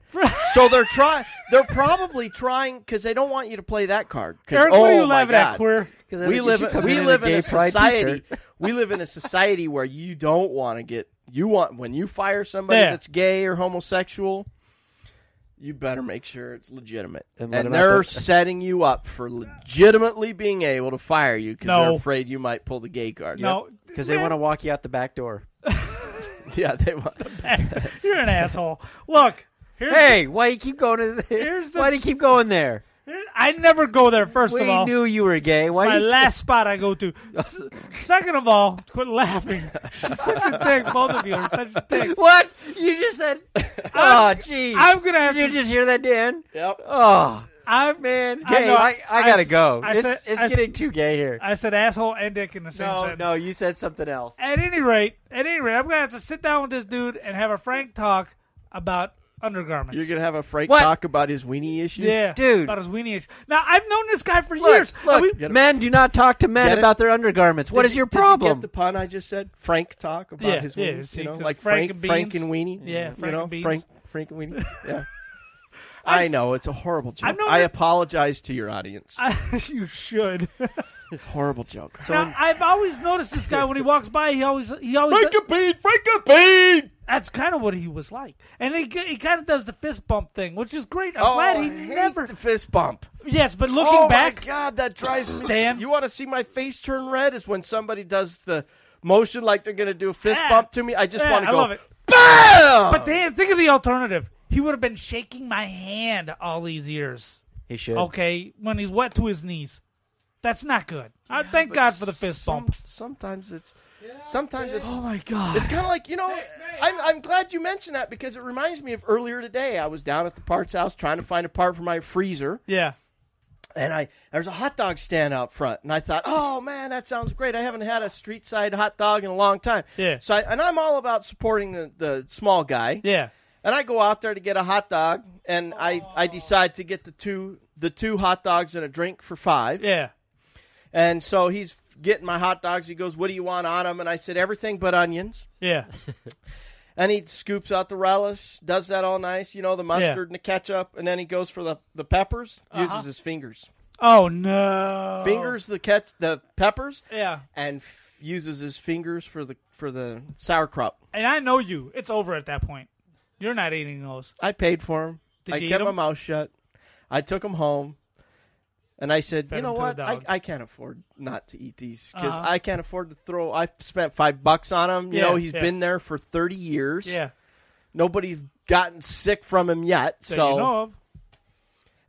so they're try they're probably trying because they don't want you to play that card. 'Cause,
Eric, what are
oh
you
my
laughing at,
God.
queer?
'Cause I
We
think you
live
should come
we
in in a
live in
gay
a
pride
society.
[LAUGHS]
we live in a society where you don't want to get you want when you fire somebody
Yeah.
that's gay or homosexual. You better make sure it's legitimate,
And
and,
let them have
they're
to-
setting you up for legitimately being able to fire you because
No.
they're afraid you might pull the gay card.
No.
because they
Man.
want to walk you out the back door.
[LAUGHS] yeah, they want.
[LAUGHS] You're an asshole. Look, here's
Hey, why do you keep going to? [LAUGHS]
Here's the-
why do you keep going there?
here- I never go there. First
we
of all,
knew you were gay. Why
my
do you
last spot I go
[LAUGHS]
to. S- Second of all, quit laughing. You're such a dick. Both of you are such a
[LAUGHS]
dick.
[LAUGHS] What you just [LAUGHS] said? oh, jeez.
I'm gonna have
Did
to.
you just hear that, Dan?
Yep.
Oh,
I'm
man,
I
gay.
know,
I,
I-
I, gotta go.
I
it's
said-
it's
I
getting
said-
too gay here.
I said asshole and dick in the same
no,
sentence.
no, you said something else.
At any rate, at any rate, I'm gonna have to sit down with this dude and have a frank talk about undergarments.
You're gonna have a frank
What?
talk about his weenie issue.
yeah,
Dude.
about his weenie issue. Now I've known this guy for
Look,
years. [LAUGHS]
look,
And we-
men do not talk to men
Get it?
about their undergarments. What
Did
is
you-
your
did you get
problem?
the pun I just said? Frank talk about
Yeah,
his
yeah,
weenies,
see,
you know,
the
like
Frank
Frank,
and
Frank
Beans.
and Weenie.
Yeah,
you
Frank
know,
and Beans.
Frank, Frank
[LAUGHS]
and Weenie. Yeah. I know it's a horrible
I've
joke.
known
I
that-
apologize to your audience.
you should.
horrible joke.
now, I've always noticed this guy when he walks by. He always he always.
bean, Frank a bean.
That's kind of what he was like, and he he kind of does the fist bump thing, which is great. I'm
oh,
glad he
I hate
never.
the fist bump.
Yes, but looking
oh
back,
my god, that drives me.
Dan.
you want to see my face turn red? Is when somebody does the motion like they're gonna do a fist
Yeah.
bump to me. I just
Yeah,
want
I
to go.
love it.
Bam!
but Dan, think of the alternative. He would have been shaking my hand all these years.
he should.
Okay, when he's wet to his knees, that's not good. I thank God for the fist
Some-
bump.
Sometimes it's, sometimes it's.
Oh my God!
It's kind of like you know. I'm I'm glad you mentioned that because it reminds me of earlier today. I was down at the parts house trying to find a part for my freezer,
Yeah,
and I there's a hot dog stand out front, and I thought, oh man, that sounds great. I haven't had a street side hot dog in a long time.
Yeah.
So I, and I'm all about supporting the, the small guy.
yeah.
And I go out there to get a hot dog, and I I decide to get the two the two hot dogs and a drink for five.
Yeah.
And so he's getting my hot dogs. He goes, "What do you want on them?" And I said, "Everything but onions."
Yeah.
And he scoops out the relish, does that all nice, you know, the mustard and the ketchup, and then he goes for the, the peppers, uses his fingers,
[LAUGHS] Oh no.
fingers the ketch the peppers,
Yeah.
and f- uses his fingers for the for the sauerkraut.
And I know you. It's over at that point. You're not eating those.
I paid for him.
Did
I
you eat
kept my
them?
mouth shut. I took him home, and I said,
Fed
"You know
'em to the
what? I,
dogs."
I can't afford not to eat these because
Uh-huh.
I can't afford to throw. I spent five bucks on him. You
Yeah,
know, he's
yeah.
been there for thirty years.
Yeah.
nobody's gotten sick from him yet.
That
so
you know of.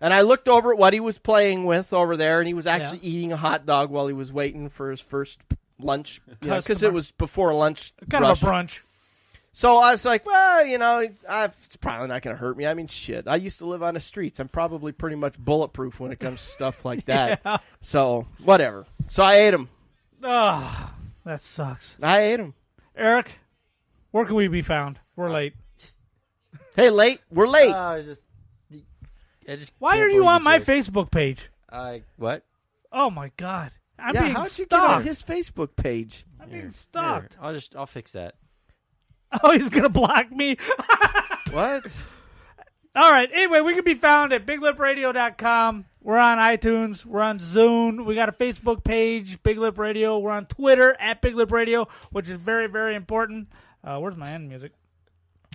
And I looked over at what he was playing with over there, and he was actually
Yeah.
eating a hot dog while he was waiting for his first lunch because
Customer.
it was before lunch.
Kind
rush.
of a brunch.
So I was like, well, you know, i it's probably not going to hurt me. I mean, shit, I used to live on the streets. I'm probably pretty much bulletproof when it comes to stuff like that.
Yeah.
So whatever. So I ate him.
Oh, that sucks.
I ate him.
Eric, where can we be found? We're late.
Hey, late. We're
Oh,
late.
I was just, I just
Why
can't
are you
believe
on my
said-
Facebook page?
I what?
Oh my God. I'm
yeah,
being
how'd you get
stalked.
on his Facebook page?
I'm being stalked.
I'll just I'll fix that.
[LAUGHS] Oh, he's gonna block me. [LAUGHS]
What?
All right. Anyway, we can be found at biglipradio.com. We're on iTunes. We're on Zune. We got a Facebook page, Big Lip Radio. We're on Twitter at Big Lip Radio, which is very, very important. Uh, where's my end music?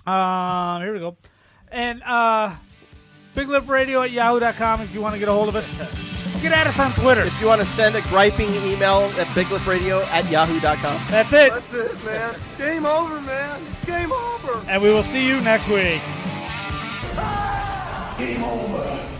Um, here we go. And uh, biglipradio at yahoo.com if you want to get a hold of us. Get at us on Twitter.
If you want to send a griping email at biglipradio at yahoo.com.
That's it.
That's it, man. Game over, man. Game over.
And we will see you next week.
Ah!
Game over.